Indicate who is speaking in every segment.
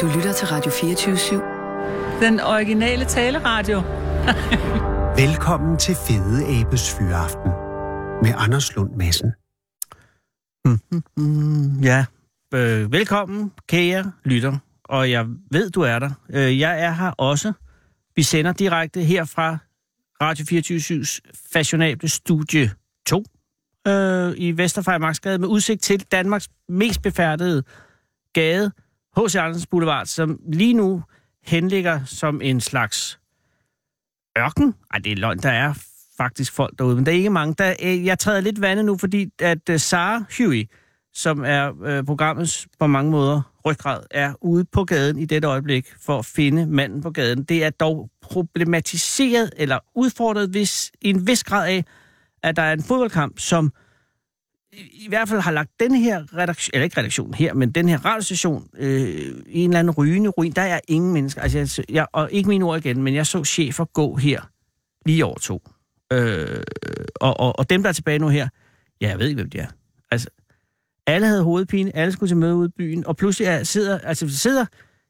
Speaker 1: Du lytter til Radio 24 /7.
Speaker 2: Den originale taleradio.
Speaker 3: Velkommen til Fede Abes Fyraften med Anders Lund Madsen.
Speaker 4: Mm, ja, øh, velkommen, kære lytter. Og jeg ved, du er der. Øh, jeg er her også. Vi sender direkte her fra Radio 24-7's fashionable studie 2 øh, i Vesterfejmarksgade med udsigt til Danmarks mest befærdede gade, H.C. Andersens Boulevard, som lige nu henligger som en slags ørken. Ej, det er løgn. Der er faktisk folk derude, men der er ikke mange. Der, øh, jeg træder lidt vandet nu, fordi at øh, Sara Huey, som er øh, programmets på mange måder ryggrad, er ude på gaden i dette øjeblik for at finde manden på gaden. Det er dog problematiseret eller udfordret hvis, i en vis grad af, at der er en fodboldkamp, som i, i hvert fald har lagt den her redaktion, eller ikke redaktion her, men den her radiostation øh, i en eller anden rygende ruin. Der er ingen mennesker. Altså, jeg, så- jeg, og ikke mine ord igen, men jeg så chefer gå her lige over to. Øh, og, og, og dem, der er tilbage nu her, ja, jeg ved ikke, hvem de er. Altså, alle havde hovedpine, alle skulle til møde ude i byen, og pludselig er, sidder, altså sidder,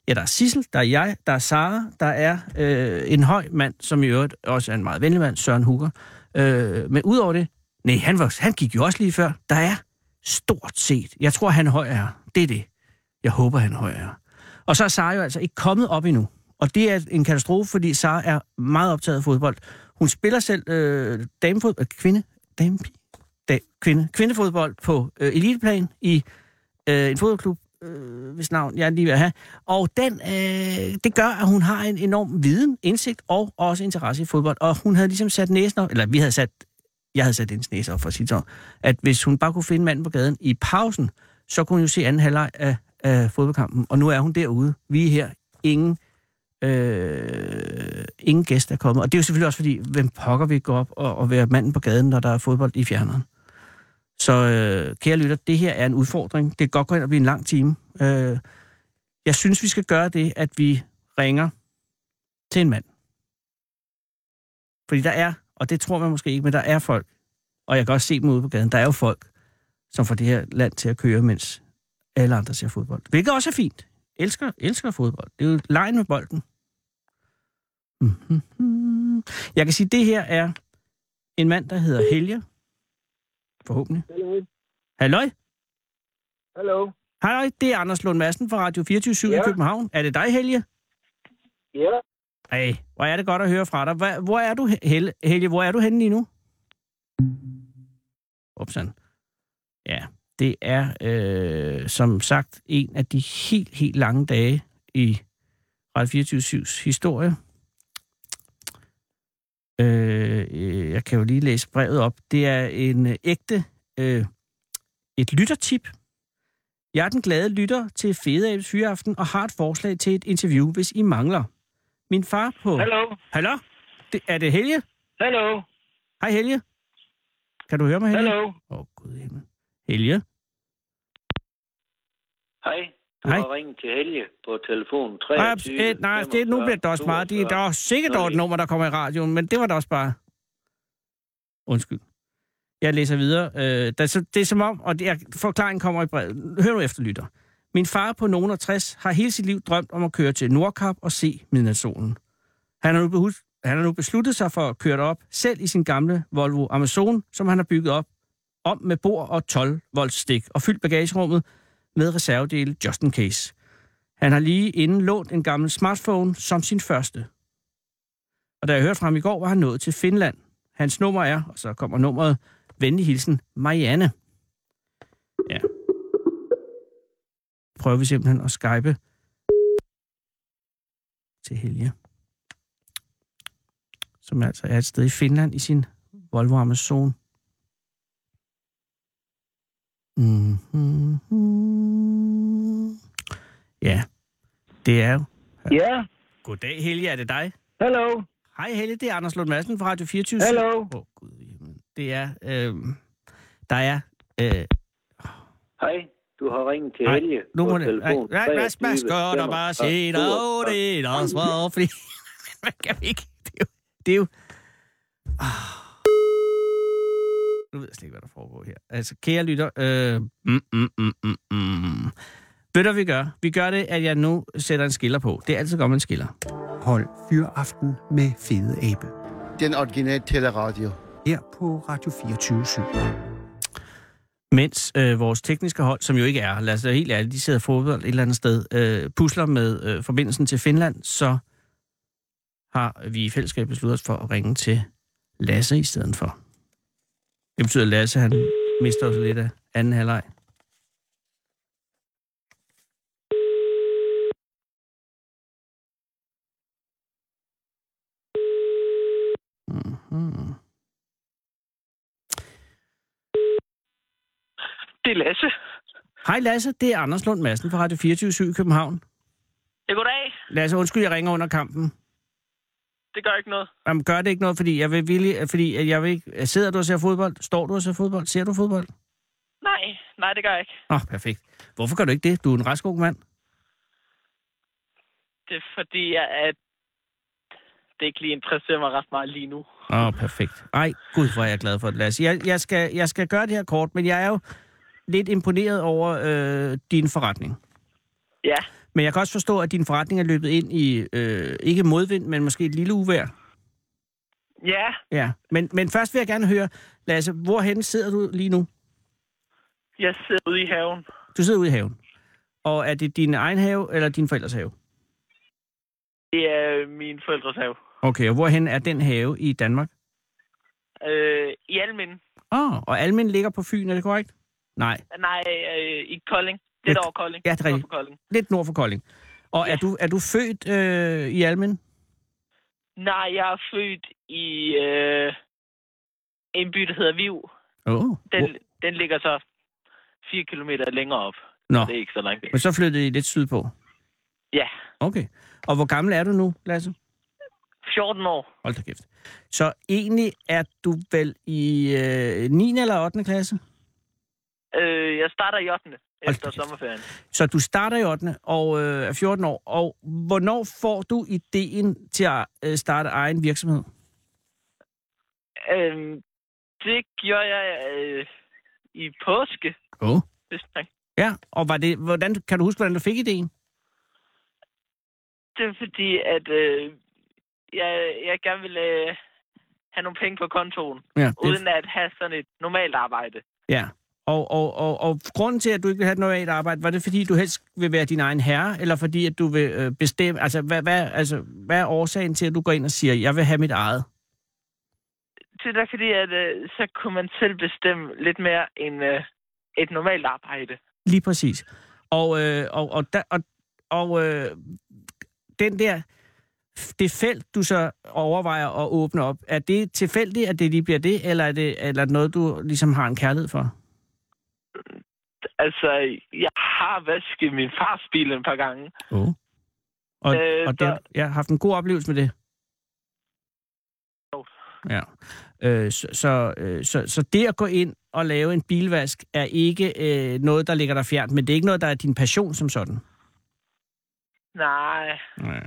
Speaker 4: ja, der er Sissel, der er jeg, der er Sara, der er øh, en høj mand, som i øvrigt også er en meget venlig mand, Søren Hugger. Øh, men udover det, nej, han, var, han gik jo også lige før. Der er stort set, jeg tror, han høj er her. Det er det. Jeg håber, han høj er her. Og så er Sara jo altså ikke kommet op endnu. Og det er en katastrofe, fordi Sara er meget optaget af fodbold. Hun spiller selv øh, damefod, øh, kvinde, damepige, da, kvinde, kvindefodbold på øh, eliteplan i øh, en fodboldklub, øh, hvis navn jeg lige vil have. Og den, øh, det gør, at hun har en enorm viden, indsigt og også interesse i fodbold. Og hun havde ligesom sat næsen op, eller vi havde sat, jeg havde sat hendes næse op for at sige det sådan, at hvis hun bare kunne finde manden på gaden i pausen, så kunne hun jo se anden halvleg af, af fodboldkampen. Og nu er hun derude. Vi er her. Ingen øh, ingen gæst er kommet. Og det er jo selvfølgelig også fordi, hvem pokker vi gå op og, og være manden på gaden, når der er fodbold i fjerneren. Så øh, kære lytter, det her er en udfordring. Det kan godt gå ind og blive en lang time. Øh, jeg synes, vi skal gøre det, at vi ringer til en mand. Fordi der er, og det tror man måske ikke, men der er folk, og jeg kan også se dem ude på gaden, der er jo folk, som får det her land til at køre, mens alle andre ser fodbold. Hvilket også er fint. Elsker, elsker fodbold. Det er jo lejen med bolden. Mhm. Jeg kan sige, at det her er en mand, der hedder Helge. Forhåbentlig.
Speaker 5: Hallo.
Speaker 4: Halløj.
Speaker 5: Hallo.
Speaker 4: Halløj, det er Anders Lund Madsen fra Radio 24 ja. i
Speaker 5: Ja.
Speaker 4: København. Er det dig, Helge?
Speaker 5: Ja,
Speaker 4: Ej, hvor er det godt at høre fra dig. Hvor, hvor er du, Helge? Helge, hvor er du henne lige nu? Upsan. Ja, det er øh, som sagt en af de helt, helt lange dage i Radio 24-7's historie. Øh, øh, jeg kan jo lige læse brevet op. Det er en øh, ægte, øh, et lyttertip. Jeg er den glade lytter til Fede Abes Fyraften og har et forslag til et interview, hvis I mangler. Min far på...
Speaker 5: hallo.
Speaker 4: Hallo? Det, er det Helge?
Speaker 5: Hallo.
Speaker 4: Hej Helge. Kan du høre mig, Helge?
Speaker 5: Hallo.
Speaker 4: Åh, oh, gud i himlen. Helge?
Speaker 5: Hej. Du
Speaker 4: Hej.
Speaker 5: har ringet til Helge på telefon
Speaker 4: Nej,
Speaker 5: 23.
Speaker 4: øh, nej det, nu bliver det også meget. Det, der var sikkert dog et nummer, der kommer i radioen, men det var da også bare... Undskyld. Jeg læser videre. Øh, der, så- det er som om, og det er, forklaringen kommer i brevet. Hør nu efter, lytter. Min far på nogen 60 har hele sit liv drømt om at køre til Nordkap og se midnatssolen. Han har, nu behus- han har nu besluttet sig for at køre derop, selv i sin gamle Volvo Amazon, som han har bygget op om med bord og 12 volts stik, og fyldt bagagerummet med reservedele just in case. Han har lige inden lånt en gammel smartphone som sin første. Og da jeg hørte fra ham i går, var han nået til Finland. Hans nummer er, og så kommer nummeret, venlig hilsen, Marianne. Ja. Prøver vi simpelthen at skype til Helge. Som altså er et sted i Finland i sin Volvo Amazon. Mm-hmm. Ja, det er jo.
Speaker 5: Ja,
Speaker 4: Goddag, Helge, er det dig?
Speaker 5: hallo.
Speaker 4: Hej, Helge, det er Anders Lund Madsen fra Radio 24.
Speaker 5: Hallo.
Speaker 4: Åh, oh, gud i himlen. Det er, øh, der er, øh,
Speaker 5: Hej. Du har ringet til
Speaker 4: Nej,
Speaker 5: Helge
Speaker 4: nu må
Speaker 5: på
Speaker 4: det, nej,
Speaker 5: telefon
Speaker 4: nej, mas, mas, gør der bare se, der er det, er der svarer, fordi, man kan vi ikke, det er jo, det er jo, ah. nu ved jeg slet ikke, hvad der foregår her. Altså, kære lytter, øh, mm, mm, mm, mm, mm. Ved du, hvad vi gør? Vi gør det, at jeg nu sætter en skiller på. Det er altid godt, man skiller.
Speaker 3: Hold fyraften med Fede Abe.
Speaker 1: den originale teleradio.
Speaker 3: Her på Radio 24 7.
Speaker 4: Mens øh, vores tekniske hold, som jo ikke er, lad os være helt ærlige, de sidder fodbold et eller andet sted, øh, pusler med øh, forbindelsen til Finland, så har vi i fællesskab besluttet os for at ringe til Lasse i stedet for. Det betyder, at Lasse han mister også lidt af anden halvleg. Mhm.
Speaker 5: Det er Lasse.
Speaker 4: Hej Lasse, det er Anders Lund Madsen fra Radio 24 i København.
Speaker 5: Ja, goddag.
Speaker 4: Lasse, undskyld, jeg ringer under kampen.
Speaker 5: Det gør ikke noget.
Speaker 4: Jamen, gør det ikke noget, fordi jeg vil villig, fordi jeg vil ikke... Sidder du og ser fodbold? Står du og ser fodbold? Ser du fodbold?
Speaker 5: Nej, nej, det gør jeg ikke.
Speaker 4: Åh, oh, perfekt. Hvorfor gør du ikke det? Du er en rask ung mand.
Speaker 5: Det er fordi, at det ikke lige interesserer mig ret meget lige nu.
Speaker 4: Åh, oh, perfekt. Ej, gud, hvor er jeg glad for det, Lasse. Jeg, jeg, skal, jeg skal gøre det her kort, men jeg er jo lidt imponeret over øh, din forretning.
Speaker 5: Ja,
Speaker 4: Men jeg kan også forstå, at din forretning er løbet ind i, øh, ikke modvind, men måske et lille uvær.
Speaker 5: ja.
Speaker 4: Ja, men, men først vil jeg gerne høre, Lasse, hvorhen sidder du lige nu?
Speaker 5: Jeg sidder ude i haven.
Speaker 4: Du sidder ude i haven. Og er det din egen have, eller din forældres have?
Speaker 5: Det er øh, min forældres have.
Speaker 4: Okay, og hvorhen er den have i Danmark?
Speaker 5: Øh, I Almin.
Speaker 4: Åh, oh, og Almen ligger på Fyn, er det korrekt? Nej,
Speaker 5: Nej, øh, i Kolding. Lidt
Speaker 4: Lidt.
Speaker 5: over Kolding.
Speaker 4: Ja, det er
Speaker 5: Nord
Speaker 4: rigtigt.
Speaker 5: for Kolding.
Speaker 4: lidt nord for Kolding. Og er du, er du født øh, i Almen?
Speaker 5: Nej, jeg er født i øh, en by, der hedder Viv.
Speaker 4: Åh. Oh.
Speaker 5: Den, den ligger så 4 km længere op.
Speaker 4: Nå,
Speaker 5: Det er ikke så langt. væk.
Speaker 4: men så flyttede I lidt sydpå.
Speaker 5: Ja,
Speaker 4: Okay. Og hvor gammel er du nu, Lasse?
Speaker 5: 14 år.
Speaker 4: Hold da kæft. Så egentlig er du vel i øh, 9. eller 8. klasse?
Speaker 5: Øh, jeg starter i 8.
Speaker 4: Hold da
Speaker 5: efter
Speaker 4: kæft.
Speaker 5: sommerferien.
Speaker 4: Så du starter i 8. og øh, er 14 år. Og hvornår får du ideen til at øh, starte egen virksomhed?
Speaker 5: Øh, det gjorde jeg øh, i påske.
Speaker 4: Åh. Oh.
Speaker 5: hvis man-
Speaker 4: Ja, og var det, hvordan, kan du huske, hvordan du fik ideen?
Speaker 5: Det er fordi, at øh, jeg, jeg gerne ville øh, have nogle penge på kontoen,
Speaker 4: Ja, det,
Speaker 5: uden at have sådan et normalt arbejde.
Speaker 4: ja. Og, og, og, og grunden til, at du ikke vil have et normalt arbejde, var det fordi, du helst vil være din egen herre, eller fordi, at du vil øh, bestemme, altså hvad, hvad, altså, hvad er årsagen til, at du går ind og siger, jeg vil have mit eget?
Speaker 5: Det er fordi, at øh, så kunne man selv bestemme lidt mere end øh, et normalt arbejde.
Speaker 4: Lige præcis. Og, øh, og, og, da, og, og øh, den der, det felt, du så overvejer at åbne op, er det tilfældigt, at det lige bliver det, eller er det, eller er det noget, du ligesom har en kærlighed for?
Speaker 5: Altså, jeg har vasket min fars bil en par gange.
Speaker 4: Oh. Og, øh,
Speaker 5: Øh,
Speaker 4: og det,
Speaker 5: der-
Speaker 4: jeg har haft en god oplevelse med det.
Speaker 5: Jo.
Speaker 4: Ja. Øh, så, så, øh, så, så det at gå ind og lave en bilvask er ikke øh, noget, der ligger dig fjernt, men det er ikke noget, der er din passion som sådan.
Speaker 5: Nej,
Speaker 4: Nej.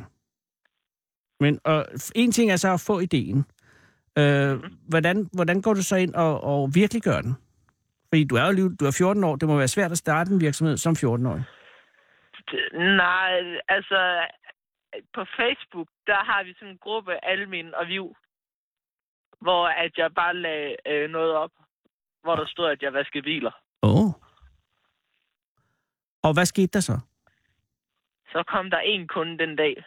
Speaker 4: Men og, f- en ting er så at få ideen. Øh,
Speaker 5: Mhm.
Speaker 4: hvordan, hvordan går du så ind og, og virkelig gør den? Fordi du er jo lige, du er 14 år, det må være svært at starte en virksomhed som 14-årig.
Speaker 5: det- nej, altså, på Facebook, der har vi sådan en gruppe, Almin og Viv, hvor at jeg bare lagde øh, noget op, hvor der stod, at jeg vaskede biler.
Speaker 4: Åh. Oh. Og hvad skete der så?
Speaker 5: Så kom der en kunde den dag.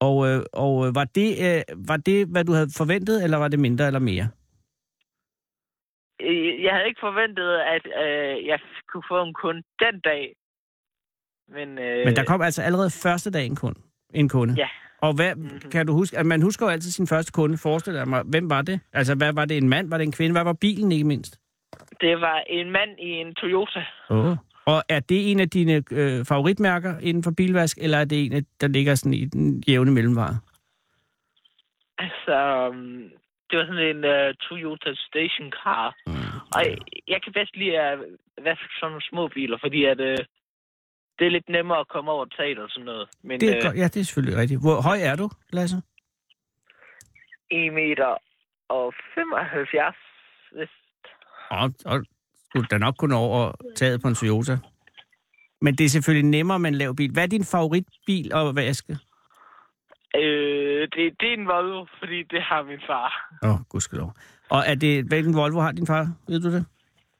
Speaker 4: Og, øh, og øh, var, det, øh, var det, hvad du havde forventet, eller var det mindre eller mere?
Speaker 5: Øh, Jeg havde ikke forventet, at øh, jeg f- kunne få en kunde den dag. Men, øh,
Speaker 4: Men der kom altså allerede første dag en kunde. En kunde.
Speaker 5: Ja. Mhm.
Speaker 4: Og hvad, kan du huske, at man husker jo altid sin første kunde, forestiller jeg mig, hvem var det? Altså, hvad var det en mand, var det en kvinde, hvad var bilen ikke mindst?
Speaker 5: det var en mand i en Toyota.
Speaker 4: Oh. Og er det en af dine øh, favoritmærker inden for bilvask, eller er det en, af- der ligger sådan i den jævne mellemvare?
Speaker 5: Altså, øhm, det var sådan en uh, Toyota Station Car. Mm. Og jeg, jeg kan bedst lide at vaske sådan nogle små biler, fordi at, øh, det er lidt nemmere at komme over taget og sådan noget. Men uh,
Speaker 4: Det er godt. Ja, det er selvfølgelig rigtigt. Hvor høj er du, Lasse?
Speaker 5: 1 meter og 75, hvis
Speaker 4: Åh, oh, oh, skulle da nok kunne over taget på en Toyota. Men det er selvfølgelig nemmere med en lav bil. Hvad er din favoritbil at vaske?
Speaker 5: Øh, det, det er en Volvo, fordi det har min far.
Speaker 4: Åh, oh, gudskelov. Og er det, hvilken Volvo har din far? Ved du det?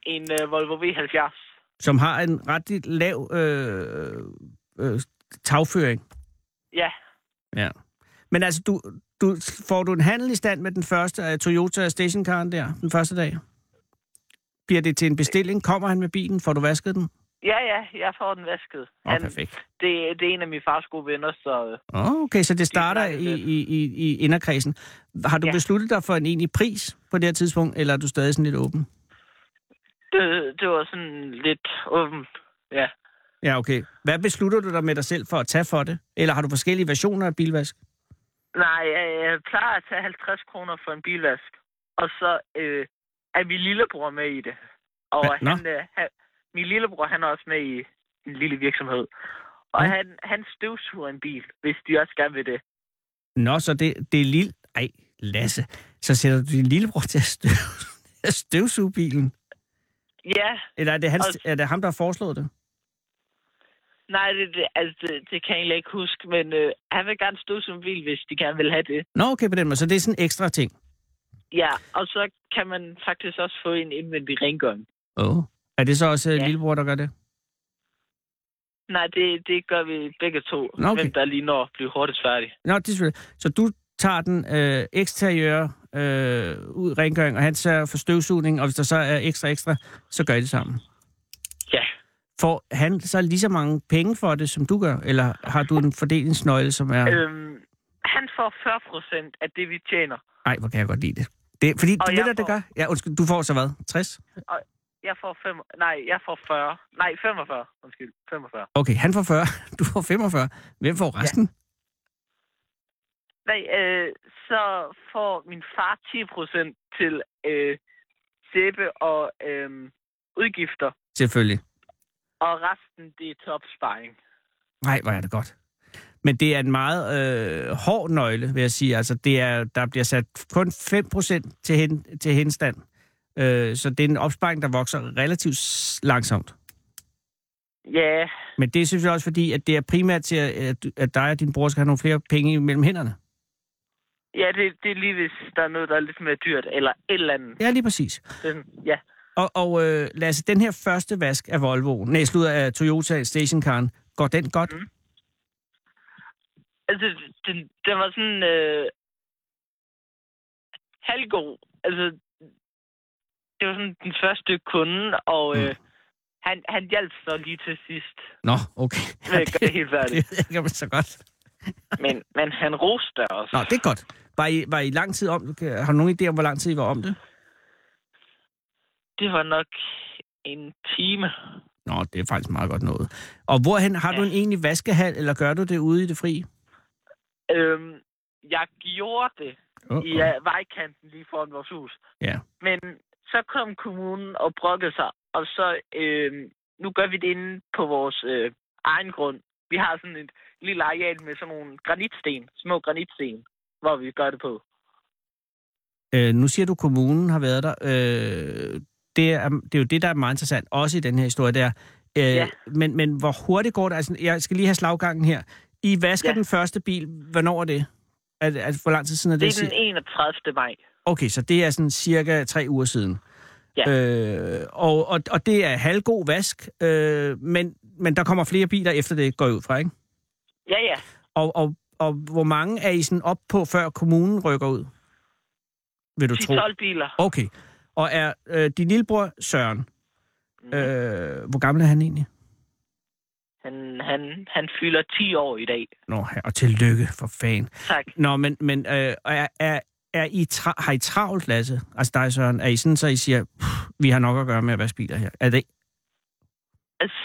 Speaker 5: En øh, Volvo V70.
Speaker 4: Som har en ret lav øh, øh, tagføring.
Speaker 5: Ja,
Speaker 4: Ja. Men altså, du, du, får du en handel i stand med den første af Toyota stationcaren der, den første dag? Bliver det til en bestilling? Kommer han med bilen? Får du vasket den?
Speaker 5: ja, ja, jeg får den vasket.
Speaker 4: Åh, oh, perfekt.
Speaker 5: det, det er en af mine fars gode venner, så øh,
Speaker 4: Åh, Ah, okay, så det starter
Speaker 5: meget
Speaker 4: i,
Speaker 5: fedt.
Speaker 4: i, i, i inderkredsen. Har du ja.
Speaker 5: Ja.
Speaker 4: besluttet dig for en egentlig pris på det her tidspunkt, eller er du stadig sådan lidt åben?
Speaker 5: det, det var sådan lidt åbent. Ja.
Speaker 4: Ja, okay. Hvad beslutter du dig med dig selv for at tage for det? Eller har du forskellige versioner af bilvask?
Speaker 5: Nej, jeg, jeg plejer at tage 50 kroner for en bilvask. Og så øh, er min lillebror med i det. Og
Speaker 4: Hva?
Speaker 5: han, øh, han, min lillebror, han er også med i en lille virksomhed. Og
Speaker 4: Nå.
Speaker 5: han, han støvsuger en bil, hvis de også gerne vil det.
Speaker 4: Nå, så det, det er lille... Ej, Lasse. Så sætter du din lillebror til at støv... at støvsuge bilen.
Speaker 5: Ja,
Speaker 4: Eller er det, hans,
Speaker 5: Og-
Speaker 4: er det ham, der har foreslået det?
Speaker 5: nej, det, det, altså, det, det kan jeg egentlig ikke huske, men øh, han vil gerne støvsuge en bil, hvis de gerne vil have det.
Speaker 4: Nå, okay på den måde. Så det er sådan en ekstra ting.
Speaker 5: Ja, og så kan man faktisk også få en indvendig rengøring.
Speaker 4: Oh. Er det så også ja.
Speaker 5: Ja.
Speaker 4: lillebror, der gør det?
Speaker 5: Nej, det, det gør vi begge to.
Speaker 4: Nå, okay.
Speaker 5: Hvem der lige når at blive hurtigst færdig.
Speaker 4: Nå, det er selvfølgelig. Så du tager den øh, eksteriøre øh, ud rengøring, og han sørger for støvsugning, og hvis der så er ekstra ekstra, så gør I det sammen.
Speaker 5: Ja.
Speaker 4: Får han så lige så mange penge for det, som du gør? Eller har du en fordelingsnøgle, som er...
Speaker 5: Øhm, han får 40 procent af det, vi tjener.
Speaker 4: Nej, hvor kan jeg godt lide det. det fordi,
Speaker 5: Og
Speaker 4: du ved,
Speaker 5: jeg
Speaker 4: hvad det
Speaker 5: får-
Speaker 4: gør? Ja, undskyld, du får så hvad? 60?
Speaker 5: Jeg får fem, nej, jeg får 40. Nej, 45. Undskyld, 45.
Speaker 4: Okay, han får 40, du får 45. Hvem får resten?
Speaker 5: Nej, øh, så får min far 10 procent til øh, sæbe og øh, udgifter.
Speaker 4: Selvfølgelig.
Speaker 5: Og resten, det er til opsparing.
Speaker 4: Nej, hvor er det godt. Men det er en meget øh, hård nøgle, vil jeg sige. Altså, det er, der bliver sat kun 5% til, hen, til henstand. Øh, så det er en opsparing, der vokser relativt s- langsomt.
Speaker 5: Ja,
Speaker 4: Men det er selvfølgelig også fordi, at det er primært til, at, at du- at dig og din bror skal have nogle flere penge mellem hænderne.
Speaker 5: ja det, det er lige, hvis der er noget, der er lidt mere dyrt, eller et eller andet.
Speaker 4: Ja, lige præcis.
Speaker 5: Den, ja.
Speaker 4: Og, og øh, Lasse, den her første vask af Volvo, nej, slutter af Toyota Stationcaren, går den godt? Mm.
Speaker 5: Altså, den, den var sådan øh, halvgod. Altså, det var sådan den første kunde, og øh, han, han hjalp så lige til sidst.
Speaker 4: Nå, okay.
Speaker 5: Det er det helt færdigt.
Speaker 4: det kan man så godt.
Speaker 5: Men, men han roste os.
Speaker 4: Nå, det er godt. Var I, var I lang tid om, har du nogen idé om, hvor lang tid I var om det?
Speaker 5: Det var nok en time.
Speaker 4: Nå, det er faktisk meget godt noget. Og hvorhen har ja. du en egentlig vaskehal, eller gør du det ude i det fri?
Speaker 5: Øhm, jeg gjorde det
Speaker 4: Uh-oh.
Speaker 5: i uh, vejkanten lige foran vores hus.
Speaker 4: Ja.
Speaker 5: Men så kom kommunen og brokkede sig, og så øh, nu gør vi det inde på vores øh, egen grund. Vi har sådan et lille areal med sådan nogle granitsten, små granitsten, hvor vi gør det på.
Speaker 4: Øh, nu siger du, at kommunen har været der. Øh, det, er, det er jo det, der er meget interessant, også i den her historie, der. Øh,
Speaker 5: Ja.
Speaker 4: men, men hvor hurtigt går det? Altså, jeg skal lige have slaggangen her. I vasker ja.
Speaker 5: Ja.
Speaker 4: den første bil. Hvornår er det? Er, det- altså, hvor lang tid siden er det?
Speaker 5: Det er den 31. maj.
Speaker 4: Okay, så det er sådan cirka tre uger siden.
Speaker 5: Ja.
Speaker 4: Øh, og, og, og det er halvgod vask, øh, men, men der kommer flere biler efter det, går jeg ud fra, ikke?
Speaker 5: Ja, ja.
Speaker 4: Og, og, og hvor mange er I sådan op på, før kommunen rykker ud? Vil du tro?
Speaker 5: 10-12 biler.
Speaker 4: Okay. Og er øh, din lillebror Søren, øh, hvor gammel er han egentlig?
Speaker 5: Han, han, han fylder 10 år i dag.
Speaker 4: Nå, ja, og tillykke for fan.
Speaker 5: Tak.
Speaker 4: Nå, men, men øh, er, er, er I tra- har I travlt, Lasse? Altså dig, Søren. Er I sådan, så I siger, "Puh, vi har nok at gøre med at vaske biler her? Er det,
Speaker 5: Altså,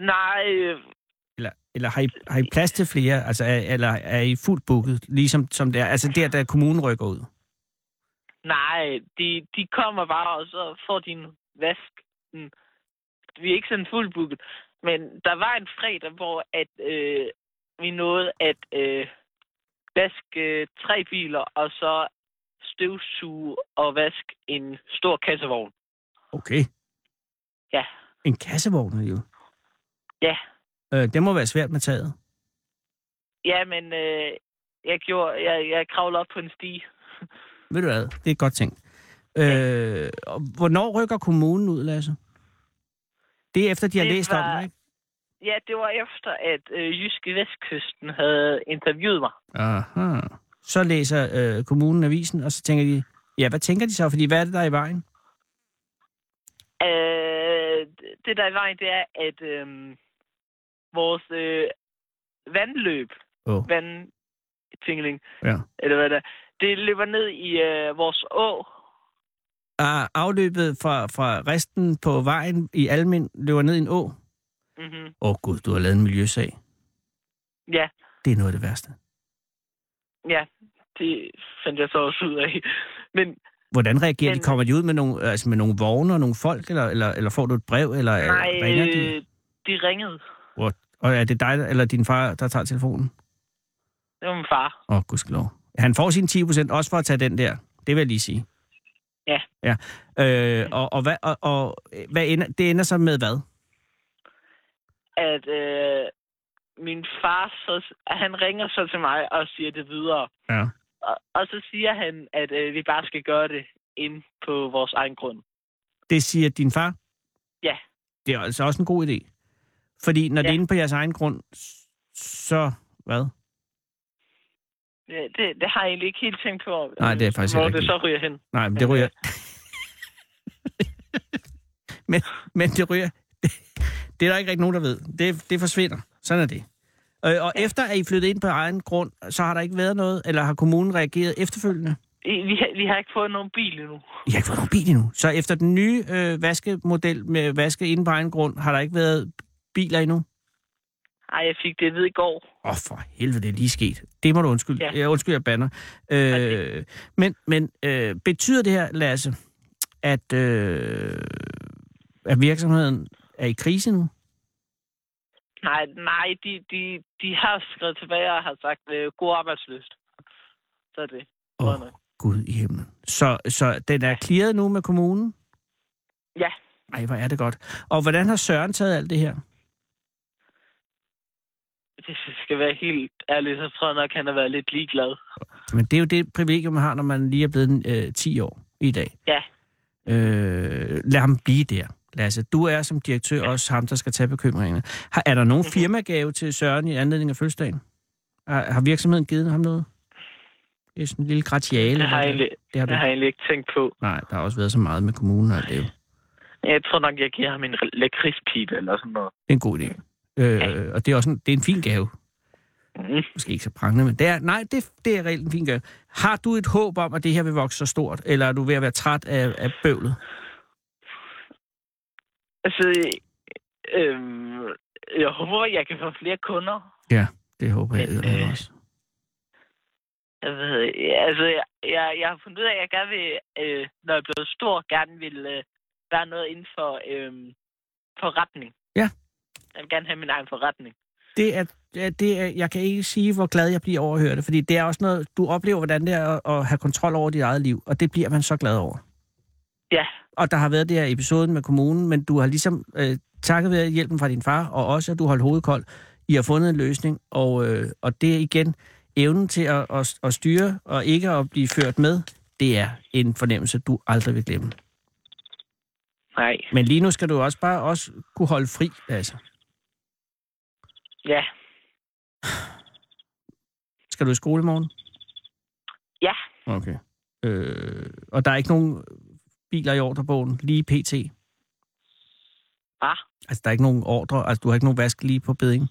Speaker 5: nej, øh,
Speaker 4: eller, eller har, I, har I plads til flere? Altså, er, eller er I fuldt booket, ligesom som det er? Altså der, da kommunen rykker ud?
Speaker 5: Nej, de, de kommer bare, og så får de en vask. Mm. Vi er ikke sådan fuldbooket. Men der var en fredag, hvor at, øh, vi nåede at øh, vaske øh, tre biler, og så støvsuge og vaske en stor kassevogn.
Speaker 4: Okay.
Speaker 5: Ja.
Speaker 4: En kassevogn, jo.
Speaker 5: Ja.
Speaker 4: Øh, det må være svært med taget.
Speaker 5: Ja, men øh, jeg, gjorde, jeg, jeg kravlede op på en stige.
Speaker 4: Ved du hvad? Det er et godt ting. Øh, og hvornår rykker kommunen ud, Lasse? Det er efter, de har
Speaker 5: Det
Speaker 4: læst om
Speaker 5: var-
Speaker 4: det, ikke?
Speaker 5: Ja, det var efter, at øh, Jyske Vestkysten havde interviewet mig.
Speaker 4: Aha. Så læser øh, kommunen avisen, og så tænker de, ja, hvad tænker de så? Fordi hvad er det, der er i vejen?
Speaker 5: Øh, det, der er i vejen, det er, at øh, vores øh, vandløb,
Speaker 4: Åh.
Speaker 5: vandtingling,
Speaker 4: Ja.
Speaker 5: eller hvad det er, det løber ned i øh, vores å.
Speaker 4: Ah, afløbet fra, fra resten på vejen i Almind løber ned i en å. Åh
Speaker 5: Mm-hmm.
Speaker 4: oh, gud, du har lavet en miljøsag.
Speaker 5: Ja,
Speaker 4: Det er noget af det værste.
Speaker 5: ja, det fandt jeg så også ud af. Men
Speaker 4: Hvordan reagerer de?
Speaker 5: Men-
Speaker 4: Kommer de ud med nogle, altså med nogle vogne og nogle folk, eller, eller, eller får du et brev, eller øh,
Speaker 5: nej,
Speaker 4: ringer de?
Speaker 5: øh, de ringede.
Speaker 4: What? Og er det dig der- eller din far, der tager telefonen?
Speaker 5: Det var min far.
Speaker 4: Åh, oh, gudskelov. Han får sin 10% også for at tage den der. Det vil jeg lige sige.
Speaker 5: Ja.
Speaker 4: ja. Øh, og, og, hvad, og, og øh, hvad ender, det ender så med hvad?
Speaker 5: At øh, min far, så, han ringer så til mig og siger det videre.
Speaker 4: Ja.
Speaker 5: Og, og så siger han, at øh, vi bare skal gøre det ind på vores egen grund.
Speaker 4: Det siger din far?
Speaker 5: Ja.
Speaker 4: Det er altså også en god idé. Fordi når ja. det er
Speaker 5: Ja.
Speaker 4: inde på jeres egen grund, s- så hvad?
Speaker 5: Ja, Det, det har jeg egentlig ikke helt tænkt på. øh,
Speaker 4: Nej, det er faktisk
Speaker 5: Hvor
Speaker 4: heller
Speaker 5: det
Speaker 4: ikke.
Speaker 5: så ryger hen.
Speaker 4: Nej, men det ryger... men, men det ryger... Det er der ikke rigtig nogen, der ved. Det, det forsvinder. Sådan er det. Øh, og efter at I flyttede ind på egen grund, så har der ikke været noget, eller har kommunen reageret efterfølgende?
Speaker 5: I- Vi, har- vi har ikke fået nogen bil endnu.
Speaker 4: I har ikke fået nogen bil endnu. Så efter den nye øh, vaskemodel med vaske inde på egen grund, har der ikke været biler endnu?
Speaker 5: Ej, jeg fik det at vide i går.
Speaker 4: Åh, oh, for helvede, det er lige sket. Det må du undskylde. Ja.
Speaker 5: Ja.
Speaker 4: Jeg undskylder, jeg banner. Øh, men men øh, betyder det her, Lasse, at, øh, at virksomheden er i krise nu?
Speaker 5: Nej, nej, de, de, de har skrevet tilbage og har sagt øh, god arbejdsløst. Så er det.
Speaker 4: Åh,
Speaker 5: Sådan.
Speaker 4: Gud i himlen. Så, så den er clearet nu med kommunen?
Speaker 5: Ja.
Speaker 4: Ej, hvor er det godt. Og hvordan har Søren taget alt det her?
Speaker 5: Hvis jeg skal være helt ærlig, så tror jeg nok, han har været lidt ligeglad.
Speaker 4: Men det er jo det privilegium, man har, når man lige er blevet øh, 10 år i dag.
Speaker 5: Ja.
Speaker 4: Øh, lad ham blive der. Lasse, du er som direktør også ham, der skal tage bekymringerne. Har, er der nogen
Speaker 5: Mhm.
Speaker 4: firmagave til Søren i anledning af fødselsdagen? Har, har virksomheden givet ham noget? Det er sådan en lille gratiale.
Speaker 5: Det har jeg
Speaker 4: eller-
Speaker 5: egentlig,
Speaker 4: det har du.
Speaker 5: det har jeg egentlig ikke tænkt på.
Speaker 4: Nej, der har også været så meget med kommunen og alt det. jo.
Speaker 5: Jeg tror nok, jeg giver ham en re- lakridspibe eller sådan noget.
Speaker 4: Det er en god idé. Øh, og det er også en, det er en fin gave.
Speaker 5: Mm.
Speaker 4: Måske ikke så prangende, men det er, nej, det, det er reelt en fin gave. Har du et håb om, at det her vil vokse så stort, eller er du ved at være træt af, af bøvlet?
Speaker 5: Altså, øhm, jeg håber, jeg kan få flere kunder.
Speaker 4: Det håber jeg
Speaker 5: Men,
Speaker 4: eddermame
Speaker 5: øh,
Speaker 4: også.
Speaker 5: Jeg ved, ikke. altså, jeg, jeg, jeg har fundet ud af, at jeg gerne vil, øh, når jeg er blevet stor, gerne vil øh, være noget inden for øh, forretning.
Speaker 4: Ja.
Speaker 5: Jeg vil gerne have min egen forretning.
Speaker 4: det er, det er- det er, jeg kan ikke sige, hvor glad jeg bliver over at høre det, fordi det er også noget, du oplever, hvordan det er at, at have kontrol over dit eget liv, og det bliver man så glad over.
Speaker 5: Ja.
Speaker 4: Og der har været det her episoden med kommunen, men du har ligesom øh, takket være hjælpen fra din far, og også at du holdt hovedet koldt, I har fundet en løsning, og, øh, og det er igen evnen til at, at, at styre og ikke at blive ført med, det er en fornemmelse, du aldrig vil glemme.
Speaker 5: Nej.
Speaker 4: Men lige nu skal du også bare også kunne holde fri, altså.
Speaker 5: Ja.
Speaker 4: Skal du i skole i morgen?
Speaker 5: Ja.
Speaker 4: Okay. Øh, og der er ikke nogen biler i ordrebogen lige pt?
Speaker 5: Hva?
Speaker 4: Altså, der er ikke nogen ordre, altså du har ikke nogen vask lige på beding?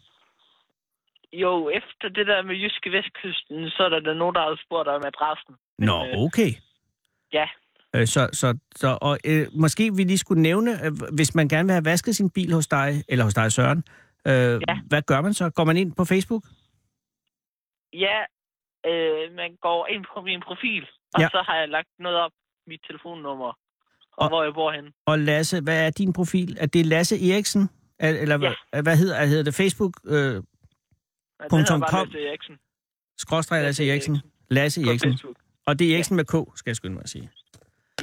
Speaker 5: Jo, efter det der med Jyske Vestkysten, så er der, der nogen, der har spurgt om adressen.
Speaker 4: Nå,
Speaker 5: øh,
Speaker 4: okay.
Speaker 5: ja.
Speaker 4: Øh, så, så, så og, øh, måske vi lige skulle nævne, øh, hvis man gerne vil have vasket sin bil hos dig, eller hos dig Søren, øh, ja. hvad gør man så? Går man ind på Facebook?
Speaker 5: Ja, øh, man går ind på min profil, og
Speaker 4: Ja.
Speaker 5: ja. så har jeg lagt noget op, mit telefonnummer, og,
Speaker 4: Og-
Speaker 5: og hvor jeg bor henne.
Speaker 4: Og Lasse, hvad er din profil? Er det Lasse Eriksen? Al- Eller ja. hvad hedder, hedder det? Facebook? Øh,
Speaker 5: Ja,
Speaker 4: Punktum
Speaker 5: det hedder bare
Speaker 4: com.
Speaker 5: Lasse Eriksen.
Speaker 4: skråstreg Lasse
Speaker 5: Lasse
Speaker 4: Eriksen. Lasse
Speaker 5: På
Speaker 4: Eriksen.
Speaker 5: Facebook.
Speaker 4: Og det er Eriksen med K, skal jeg skynde mig at sige.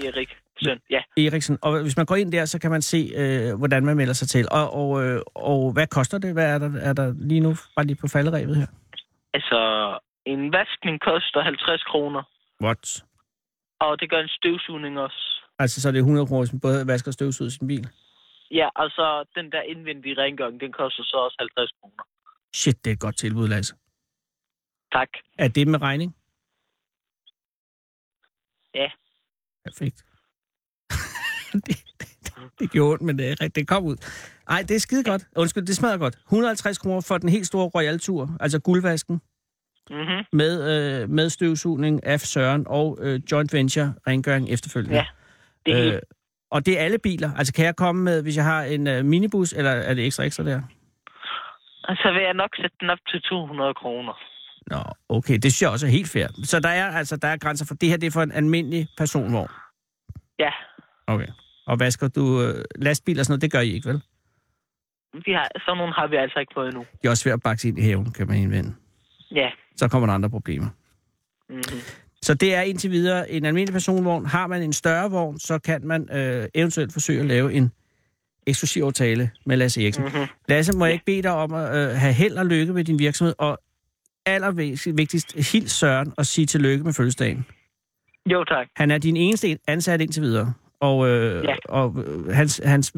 Speaker 5: Erik.
Speaker 6: søn, ja.
Speaker 4: Eriksen. Og hvis man går ind der, så kan man se, øh, hvordan man melder sig til. Og, og, øh, og hvad koster det? Hvad er der, er der lige nu? Bare lige på falderevet her.
Speaker 6: Altså, en vaskning koster 50 kroner,
Speaker 4: What?
Speaker 6: og det gør en støvsugning også.
Speaker 4: Altså, så er det 100 kroner, hvis man både vasker og støvsuger sin bil.
Speaker 6: Ja, og så den der indvendige rengøring, den koster så også 50 kroner.
Speaker 4: Shit, det er et godt tilbud, Lasse.
Speaker 6: Tak.
Speaker 4: Er det med regning?
Speaker 6: Ja.
Speaker 4: Perfekt. det, det, det gjorde ondt, men det, er rigtigt. det kom ud. Ej, det er skide godt. Undskyld, det smager godt. 150 kroner for den helt store royaltur, altså guldvasken,
Speaker 6: Mhm.
Speaker 4: med, øh, med støvsugning af Søren og øh, joint venture rengøring efterfølgende.
Speaker 6: Ja, Det er helt,
Speaker 4: øh, og det er alle biler. Altså, kan jeg komme med, hvis jeg har en øh, minibus, eller er det ekstra ekstra der?
Speaker 6: så vil jeg nok sætte den op til 200 kroner.
Speaker 4: Nå, okay, det synes jeg også er helt fair. Så der er, altså, der er grænser for, det her det er for en almindelig personvogn.
Speaker 6: Ja,
Speaker 4: Okay. Og vasker du øh, lastbil og sådan noget? Det gør I ikke, vel?
Speaker 6: vi har, sådan nogle har vi altså ikke fået endnu.
Speaker 4: Det er også svært at bakse ind i haven, kan man indvende.
Speaker 6: Ja.
Speaker 4: Så kommer der andre problemer.
Speaker 6: Mhm.
Speaker 4: Så det er indtil videre en almindelig personvogn. Har man en større vogn, så kan man øh, eventuelt forsøge at lave en eksklusiv aftale med Lasse Eriksen.
Speaker 6: Mhm.
Speaker 4: Mm-hmm. Lasse, må jeg ikke bede dig om at øh, have held og lykke med din virksomhed, og allervigtigst, hils Søren og sige tillykke med fødselsdagen.
Speaker 6: Jo, tak.
Speaker 4: Han er din eneste ansat indtil videre, og, øh,
Speaker 6: Ja.
Speaker 4: og øh, hans, hans,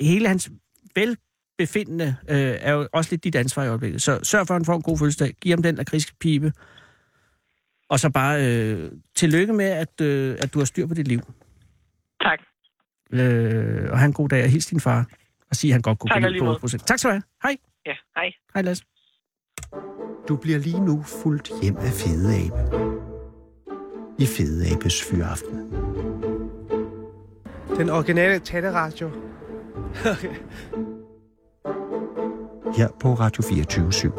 Speaker 4: hele hans velbefindende øh, er jo også lidt dit ansvar i øjeblikket. Så sørg for, at han får en god fødselsdag. Giv ham den lakridspibe. Og så bare øh, tillykke med, at, øh, at du har styr på dit liv.
Speaker 6: Tak.
Speaker 4: Øh, og have en god dag, og hils din far. Og sige, at han godt kunne
Speaker 6: Tak,
Speaker 4: gå
Speaker 6: og
Speaker 4: ned
Speaker 6: lige
Speaker 4: på
Speaker 6: måde.
Speaker 4: 8%. Tak skal du have. Hej.
Speaker 6: Ja, hej.
Speaker 4: Hej, Lasse.
Speaker 3: Du bliver lige nu fuldt hjem af Fede Abe. I Fede Abes Fyraften.
Speaker 7: Den originale taleradio.
Speaker 3: Her på Radio 24 /7.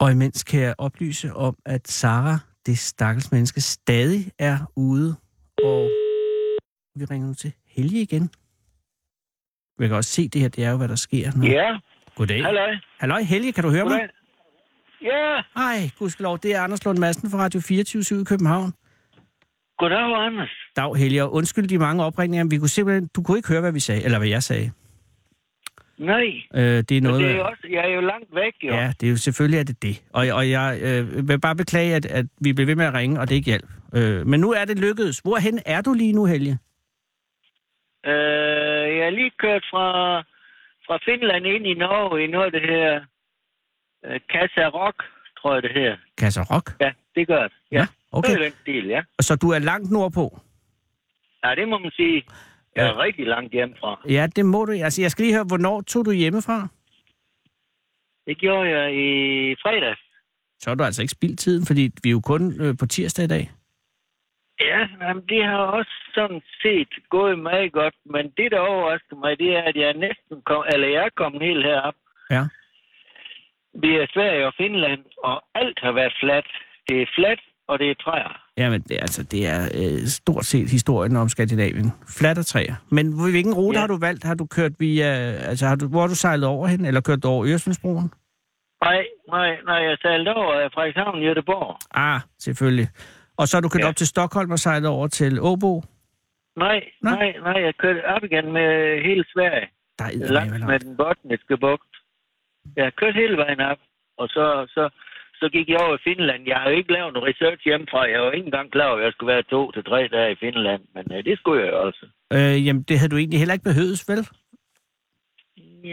Speaker 4: Og imens kan jeg oplyse om, at Sara, det stakkels menneske, stadig er ude. Og vi ringer nu til Helge igen. Vi kan også se det her, det er jo, hvad der sker. Når...
Speaker 6: Ja,
Speaker 4: Goddag.
Speaker 6: halløj.
Speaker 4: Halløj, Helge, kan du høre mig?
Speaker 6: Goddag. Ja,
Speaker 4: Ej, gudskelov, det er Anders Lund Madsen fra Radio 24 i København.
Speaker 6: goddag, Anders.
Speaker 4: Dag, Helge, og undskyld de mange opringninger, men vi kunne simpelthen, du kunne ikke høre, hvad vi sagde, eller hvad jeg sagde.
Speaker 6: Nej,
Speaker 4: Øh, det er noget...
Speaker 6: Noget... det er jo også, jeg er jo langt væk, jo.
Speaker 4: Ja, det er jo selvfølgelig er det det. Og, og jeg øh, vil bare beklage, at, at vi blev ved med at ringe, og det ikke hjalp. Øh, men nu er det lykkedes. Hvorhen er du lige nu, Helge?
Speaker 6: Øh, jeg er lige kørt fra, fra Finland ind i Norge i noget af det her øh, Casa Rock, tror jeg det her.
Speaker 4: Kasser Rock?
Speaker 6: Ja, det gør det. Ja, ja okay. det
Speaker 4: okay.
Speaker 6: er den del, ja.
Speaker 4: Så du er langt nordpå?
Speaker 6: Ja, det må man sige. Jeg er rigtig langt hjemmefra.
Speaker 4: Ja, det må du. Altså, jeg skal lige høre, hvornår tog du hjemmefra?
Speaker 6: Det gjorde jeg i fredag.
Speaker 4: Så har du altså ikke spildt tiden, fordi vi er jo kun øh, på tirsdag i dag.
Speaker 6: Ja, jamen, det har også sådan set gået meget godt, men det, der overrasker mig, det er, at jeg næsten kom, eller jeg er kommet helt herop.
Speaker 4: Ja.
Speaker 6: Det er Sverige og Finland, og alt har været fladt. Det er fladt, og det er træer.
Speaker 4: Jamen, det, er altså, det er øh, stort set historien om Skandinavien. Flat og træer. Men hvilken rute ja.
Speaker 6: Ja.
Speaker 4: har du valgt? Har du kørt via... Altså, har du, hvor har du sejlet over hen? Eller kørt du over Øresundsbroen?
Speaker 6: Nej, nej, nej, jeg sejlede over af Frederikshavn i Göteborg.
Speaker 4: Ah, selvfølgelig. Og så er du kørt ja.
Speaker 6: Ja.
Speaker 4: op til Stockholm og sejlet over til Åbo.
Speaker 6: Nej,
Speaker 4: Nå.
Speaker 6: nej, nej, jeg kørte op igen med hele Sverige,
Speaker 4: Der er eddermame
Speaker 6: langs med
Speaker 4: langt.
Speaker 6: den botniske bugt. Jeg kørte hele vejen op, og så, så, så gik jeg over i Finland. Jeg har jo ikke lavet nogen research hjemmefra. Jeg var ikke engang klar over, at jeg skulle være to til tre dage i Finland, men øh, det skulle jeg jo også.
Speaker 4: Øh, jamen, det havde du egentlig heller ikke behøvet, vel?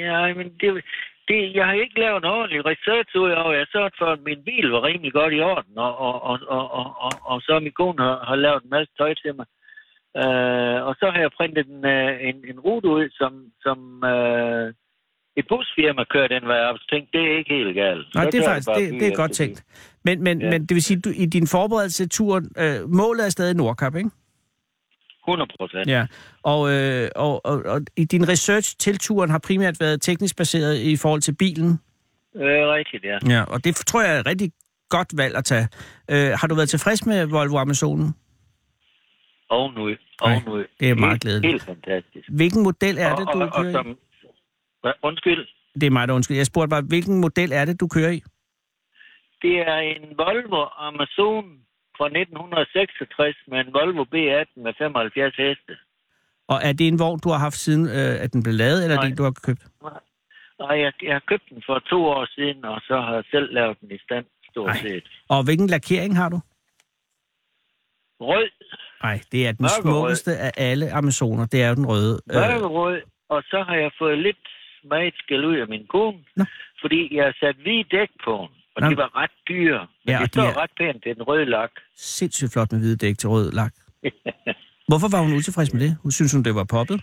Speaker 6: Ja, men det, det, jeg har ikke lavet en ordentlig research ud over. Jeg sørgede for, at min bil var rimelig godt i orden, og, og, og, og, og, og, og så min kone har, har lavet en masse tøj til mig. Øh, og så har jeg printet en, øh, en, en rute ud, som, som øh, et busfirma kører den vej op. Så tænkte, det er ikke helt galt.
Speaker 4: Nej,
Speaker 6: Så
Speaker 4: det er
Speaker 6: tager
Speaker 4: faktisk
Speaker 6: bare
Speaker 4: det,
Speaker 6: by
Speaker 4: det er
Speaker 6: efter
Speaker 4: godt
Speaker 6: by.
Speaker 4: tænkt. Men, men, ja.
Speaker 6: Ja.
Speaker 4: men det vil sige, du, i din forberedelse til turen, øh, målet er stadig Nordkap, ikke?
Speaker 6: 100 procent. Ja.
Speaker 4: Ja. Og, øh, og, og, og i din research til turen har primært været teknisk baseret i forhold til bilen.
Speaker 6: Øh, rigtigt, ja.
Speaker 4: Ja. Og det tror jeg er et rigtig godt valg at tage. Øh, har du været tilfreds med Volvo Amazonen?
Speaker 6: Ovenu,
Speaker 4: Nej,
Speaker 6: ovenu.
Speaker 4: det er meget
Speaker 6: Helt-
Speaker 4: glædeligt.
Speaker 6: Helt fantastisk.
Speaker 4: Hvilken model er det,
Speaker 6: og,
Speaker 4: du
Speaker 6: og, og,
Speaker 4: kører i?
Speaker 6: som, Hva? undskyld.
Speaker 4: Det er mig, der undskyld. Jeg spurgte bare, hvilken model er det, du kører i?
Speaker 6: Det er en Volvo Amazon fra 1966 med en Volvo B18 med 75 heste.
Speaker 4: Og er det en vogn, du har haft siden, øh, at den blev lavet, eller er det
Speaker 6: Nej.
Speaker 4: en, du har købt?
Speaker 6: Og jeg, jeg købte den for to år siden, og så har jeg selv lavet den i stand, stort
Speaker 4: Ej.
Speaker 6: set.
Speaker 4: Og hvilken lakering har du?
Speaker 6: Rød,
Speaker 4: Nej, det er den
Speaker 6: Mørkerød.
Speaker 4: smukkeste af alle amazoner. Det er jo den røde. Øh,
Speaker 6: mørkerød, og så har jeg fået lidt meget skæld ud af min kone,
Speaker 4: Nå.
Speaker 6: fordi jeg har sat hvide dæk på den, og
Speaker 4: Nå.
Speaker 6: de var ret dyre. Men
Speaker 4: Ja,
Speaker 6: ja,
Speaker 4: og
Speaker 6: det
Speaker 4: de
Speaker 6: står
Speaker 4: er-
Speaker 6: ret pænt, det er den røde lak.
Speaker 4: sindssygt flot med hvide dæk til rød lak. Hvorfor var hun utilfreds med det? Hun synes hun, det var poppet?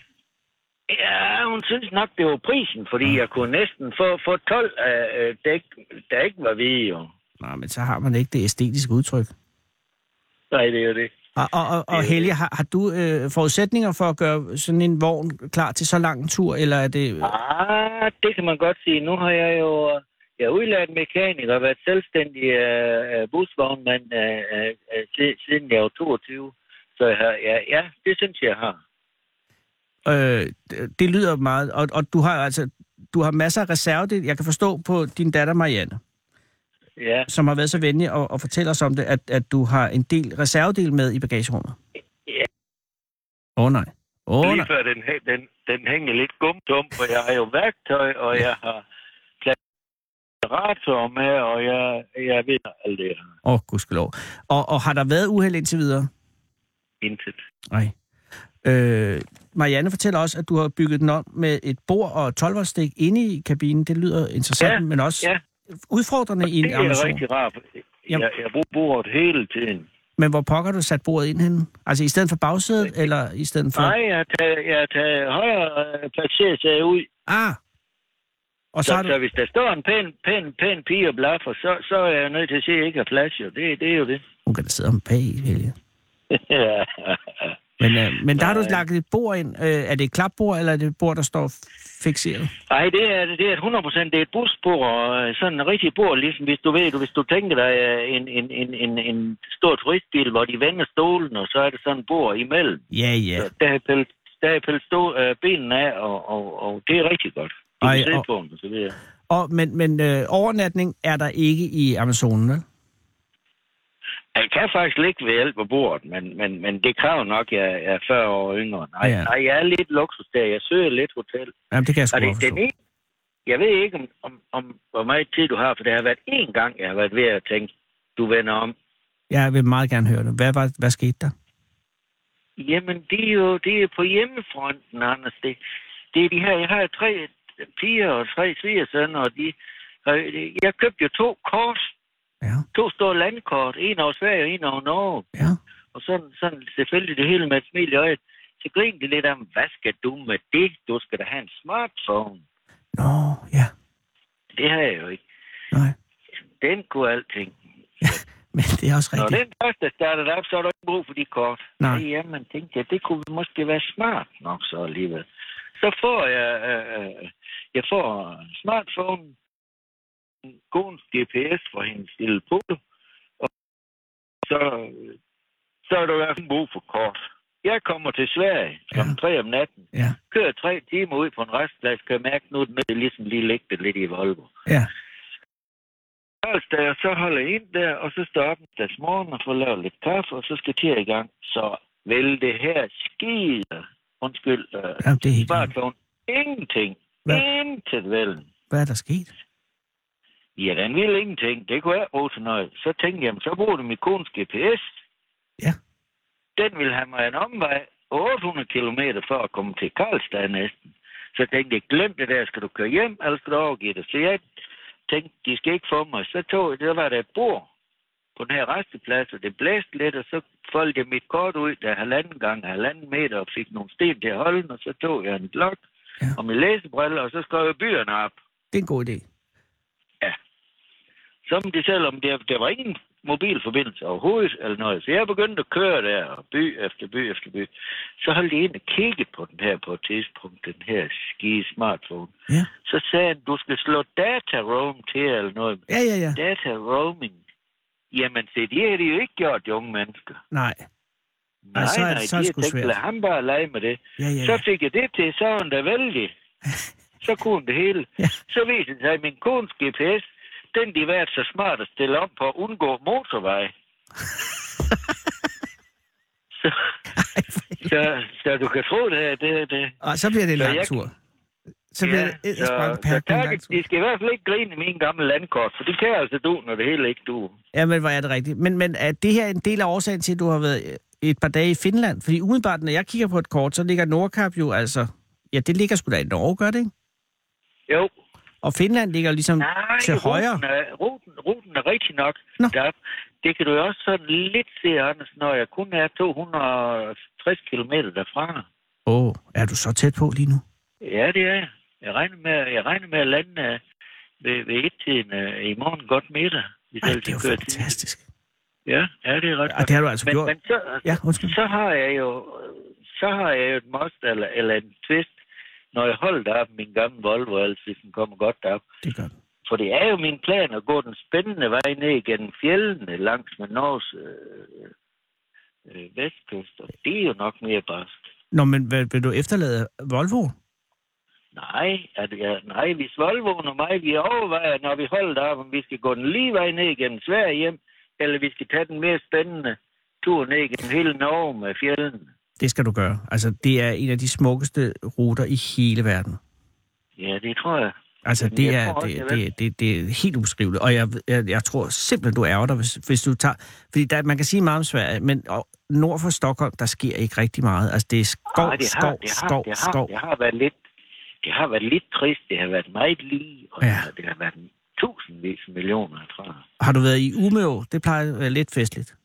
Speaker 6: Ja, hun synes nok, det var prisen, fordi jeg kunne næsten få, få 12 af øh, dæk, der ikke var hvide, jo.
Speaker 4: Nej, men så har man ikke det æstetiske udtryk.
Speaker 6: Nej, det er jo det.
Speaker 4: Og, og, og, og Helge, har, har du øh, forudsætninger for at gøre sådan en vogn klar til så lang en tur, eller er det...
Speaker 6: Ah, det kan man godt sige. Nu har jeg jo jeg er udlært mekaniker og været selvstændig øh, øh, busvognmand øh, øh, øh, si- siden jeg var 22. Så jeg, har- ja, ja, det synes jeg har.
Speaker 4: Øh, det- det lyder meget... Og, og du har altså du har masser af reservedel. Jeg kan forstå på din datter Marianne,
Speaker 6: Ja,
Speaker 4: som har været så venlig at, at fortælle os om det, at, at du har en del reservedel med i bagagerummet.
Speaker 6: Ja.
Speaker 4: Åh oh, nej. Åh oh,
Speaker 6: lige
Speaker 4: nej.
Speaker 6: før den, hæ- den, den hænger lidt gumdum, for jeg har jo værktøj, og jeg har generator med, og jeg, jeg ved alt det her.
Speaker 4: Åh, oh, gudskelov. Og, og har der været uheld indtil videre?
Speaker 6: Intet.
Speaker 4: Nej. Øh, Marianne fortæller også, at du har bygget den om med et bord og 12 stik inde i kabinen. Det lyder interessant,
Speaker 6: Ja,
Speaker 4: men også
Speaker 6: ja.
Speaker 4: udfordrende i en
Speaker 6: Det er
Speaker 4: Amazon.
Speaker 6: rigtig rart.
Speaker 4: Jamen.
Speaker 6: Jeg, jeg bruger bordet hele tiden.
Speaker 4: Men hvor pokker har du sat bordet ind henne? Altså i stedet for bagsædet, eller i stedet for...
Speaker 6: Nej, jeg har taget, jeg har taget højre øh, passager ud,
Speaker 4: Ah! Og så
Speaker 6: Så,
Speaker 4: har
Speaker 6: så, så
Speaker 4: du...
Speaker 6: hvis der står en pæn, pæn, pæn pige og blaffer, så, så er jeg nødt til at se, at jeg ikke har plads. Jo. Det, det er jo det.
Speaker 4: Hun kan da sidde om bag, Helge.
Speaker 6: ja.
Speaker 4: Men, øh, men der har du lagt et bord ind. Øh, er det et klapbord, eller er det et bord, der står fixeret?
Speaker 6: Ej, det er, det er et 100 det er et busbord, og øh, sådan en rigtig bord, ligesom hvis du ved, hvis du tænker dig øh, en, en, en, en, en stor turistbil, hvor de vender stolen, og så er der sådan et bord imellem.
Speaker 4: Ja, ja.
Speaker 6: Så der har jeg pillet, der har jeg pillet stå, øh, benene af, og, og, og, det er rigtig godt. Du
Speaker 4: Ej,
Speaker 6: kan sidde
Speaker 4: og-
Speaker 6: på den, og så videre.
Speaker 4: Og, men men øh, overnatning er der ikke i Amazonen, vel?
Speaker 6: Jeg kan faktisk ligge ved hjælp af bordet, men, men, men det kræver nok, at jeg er 40 år yngre. Nej,
Speaker 4: Ja.
Speaker 6: ja. nej, jeg er lidt luksus der. Jeg søger lidt hotel.
Speaker 4: Jamen, det kan jeg sgu
Speaker 6: Og
Speaker 4: godt
Speaker 6: det, den
Speaker 4: forstå.
Speaker 6: ene, jeg ved ikke, om, om, om, hvor meget tid du har, for det har været én gang, jeg har været ved at tænke, du vender om.
Speaker 4: Jeg vil meget gerne høre det. Hvad, var, hvad skete der?
Speaker 6: Jamen, det er jo det er på hjemmefronten, Anders. Det, det er de her, jeg har tre piger og tre svigersønner, og de, og jeg købte jo to kors,
Speaker 4: Ja,
Speaker 6: to store landkort, en over Sverige og en over Norge.
Speaker 4: ja.
Speaker 6: Og sådan, sådan selvfølgelig det hele med et smil i øjet. Så griner de lidt om, hvad skal du med det? Du skal da have en smartphone.
Speaker 4: Nå, ja.
Speaker 6: Det har jeg jo ikke.
Speaker 4: Nej.
Speaker 6: Den kunne alting.
Speaker 4: Men det er også
Speaker 6: Når
Speaker 4: rigtigt.
Speaker 6: den første er startet op, så er der ikke brug for de kort.
Speaker 4: Nej.
Speaker 6: Ja, Jamen, tænkte jeg, det kunne måske være smart nok så alligevel. Så får jeg, øh, øh, jeg får smartphone, en god GPS fra hendes lille polo, og så, så er der i hvert fald brug for kort. Jeg kommer til Sverige kl.
Speaker 4: Ja.
Speaker 6: 3 om natten,
Speaker 4: Ja,
Speaker 6: kører tre timer ud på en restplads, kan jeg mærke, nu er det nødt til ligesom lige ligge det lidt i Volvo.
Speaker 4: ja.
Speaker 6: Onsdag, og så holder jeg ind der, og så står jeg op en dags morgen og får lavet lidt kaffe, og så skal til i gang. Så vil det her skide, undskyld, uh,
Speaker 4: Jamen, det er helt...
Speaker 6: smartphone, ingenting,
Speaker 4: Hvad?
Speaker 6: intet vel.
Speaker 4: Hvad er der sket?
Speaker 6: Ja, den ville ingenting, det kunne jeg bruge til noget. Så tænkte jeg, jamen, så bruger du min kones GPS.
Speaker 4: Ja.
Speaker 6: Den vil have mig en omvej 800 km for at komme til Karlstad næsten. Så tænkte jeg, glem det der, skal du køre hjem, eller skal du overgive det? Så jeg tænkte, de skal ikke få mig. Så tog jeg, der var der et bord på den her resteplads, og det blæste lidt, og så foldede jeg mit kort ud, der er halvanden gang halvanden meter, og fik nogle sten til at holde den, og så tog jeg en blok
Speaker 4: Ja.
Speaker 6: ja. og min læsebriller, og så skrev jeg byerne op.
Speaker 4: Det er en god idé.
Speaker 6: Som de selv, om der, der var ingen mobilforbindelse overhovedet eller noget. Så jeg begyndte at køre der, og by efter by efter by. Så holdt jeg ind og kiggede på den her på et tidspunkt, den her skide smartphone.
Speaker 4: Ja.
Speaker 6: Så sagde han, du skal slå data roam til eller noget.
Speaker 4: Ja, ja, ja.
Speaker 6: Data roaming. Jamen, se, det har de jo ikke gjort, de unge mennesker.
Speaker 4: Nej.
Speaker 6: Nej,
Speaker 4: så er det-
Speaker 6: nej,
Speaker 4: så
Speaker 6: så
Speaker 4: er
Speaker 6: er
Speaker 4: det
Speaker 6: de
Speaker 4: sgu
Speaker 6: har tænkt,
Speaker 4: svært.
Speaker 6: lad ham bare lege med det.
Speaker 4: Ja, ja, ja.
Speaker 6: Så fik jeg det til, så var hun da vældig. Så kunne hun det hele.
Speaker 4: Ja.
Speaker 6: Så viste det sig, at min kones GPS, den de været så smart at stille om på at undgå motorvej. Så, så du kan tro det, det, det.
Speaker 4: Og så bliver det en
Speaker 6: Så
Speaker 4: lang
Speaker 6: jeg-
Speaker 4: tur. Så bliver det
Speaker 6: så,
Speaker 4: eddersprang
Speaker 6: så
Speaker 4: per en
Speaker 6: tak,
Speaker 4: lang tur.
Speaker 6: I skal i hvert fald ikke grine i min gamle landkort, for det kan altså du, når det hele ikke du.
Speaker 4: Ja, men hvor er det rigtigt. Men, men er det her en del af årsagen til, at du har været øh, et par dage i Finland? Fordi umiddelbart, når jeg kigger på et kort, så ligger Nordkap jo altså... Ja, det ligger sgu da i Norge, gør det ikke?
Speaker 6: Jo.
Speaker 4: Og Finland ligger jo ligesom
Speaker 6: Nej,
Speaker 4: til højre.
Speaker 6: Ruten er, ruten, ruten er rigtig nok.
Speaker 4: Nå.
Speaker 6: Der, det kan du jo også sådan lidt se, Anders, når jeg kun er 260 km derfra.
Speaker 4: Åh, oh, er du så tæt på lige nu?
Speaker 6: Ja, det er jeg. Jeg regner med, jeg regner med at lande øh, ved, ved et tiden øh, i morgen godt middag. Hvis
Speaker 4: Ej,
Speaker 6: alt
Speaker 4: det er jo
Speaker 6: kører til.
Speaker 4: fantastisk.
Speaker 6: Ja, ja, det er ret
Speaker 4: Og det har du altså
Speaker 6: men,
Speaker 4: gjort.
Speaker 6: men så,
Speaker 4: Ja, undskyld.
Speaker 6: så har jeg jo så har jeg jo et most eller, eller en twist, når jeg holder op min gamle Volvo, altså hvis den kommer godt op.
Speaker 4: Det gør du.
Speaker 6: For det er jo min plan at gå den spændende vej ned gennem fjellene langs med Norges øh, øh, vestkyst, og det er jo nok mere barsk.
Speaker 4: Nå, men hvad, vil du efterlade Volvo?
Speaker 6: Nej, at, ja, nej, hvis Volvoen og mig, vi overvejer, når vi holder op, om vi skal gå den lige vej ned gennem Sverige hjem, eller vi skal tage den mere spændende tur ned gennem hele Norge med fjellene.
Speaker 4: Det skal du gøre. Altså, det er en af de smukkeste ruter i hele verden.
Speaker 6: Ja, det tror jeg.
Speaker 4: Altså,
Speaker 6: Jamen,
Speaker 4: det
Speaker 6: jeg
Speaker 4: er,
Speaker 6: tror også,
Speaker 4: det,
Speaker 6: jeg vil.
Speaker 4: det, det, det er helt ubeskriveligt. Og jeg, jeg, jeg tror simpelthen, du ærger dig, hvis, hvis du tager... Fordi der, man kan sige meget om Sverige, men og, nord for Stockholm, der sker ikke rigtig meget. Altså, det er skov,
Speaker 6: Ej, det har,
Speaker 4: skov,
Speaker 6: det har,
Speaker 4: skov,
Speaker 6: det har,
Speaker 4: skov.
Speaker 6: Det har været lidt, det har været lidt trist. Det har været meget lige, og
Speaker 4: Ja.
Speaker 6: ja. det har været tusindvis af millioner, tror jeg.
Speaker 4: Har du været i Umeå? Det plejer at være lidt festligt.